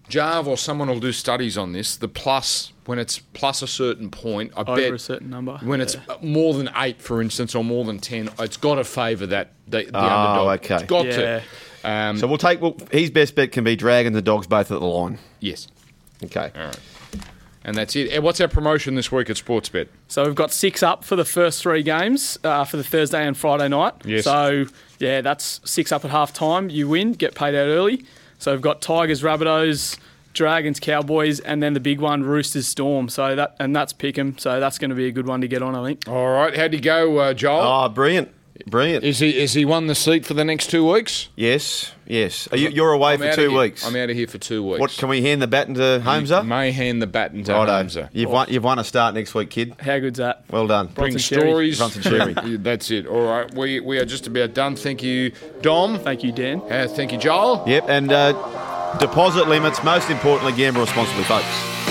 A: Jarve or someone will do studies on this. The plus when it's plus a certain point, I
C: Over
A: bet
C: a certain number,
A: When it's more than eight, for instance, or more than ten, it's got to favour that the, the
B: Oh,
A: underdog.
B: okay.
A: It's got
C: Yeah.
A: to. Um,
B: so we'll take. Well, his best bet can be Dragons and Dogs both at the line.
A: yes,
B: Okay.
A: and that's it. And what's our promotion this week at Sportsbet?
C: So we've got six up for the first three games uh, for the Thursday and Friday night.
A: Yes.
C: So yeah, that's six up at half time. You win, get paid out early. So we've got Tigers, Rabbitohs, Dragons, Cowboys, and then the big one, Roosters, Storm. So that and that's Pickham. So that's going to be a good one to get on, I think.
A: All right, how'd he go, uh, Joel?
B: Oh, brilliant. Brilliant.
A: is he is he won the seat for the next two weeks?
B: yes, yes. Are you, you're away
A: out
B: for
A: of
B: two
A: here.
B: weeks.
A: I'm out of here for two weeks.
B: what can we hand the baton to Holmeser?
A: May hand the baton to
B: Righto.
A: Hamza.
B: You've won. You've won a start next week, kid.
C: How good's that?
B: Well done.
A: Bring
C: Bronson Cherry.
A: stories.
B: Bronson Cherry.
A: Yeah, That's it. All right, we we are just about done. Thank you, Dom.
C: Thank you, Dan.
A: Uh, thank you, Joel.
B: Yep, and uh, deposit limits. Most importantly, gamble responsibly, folks.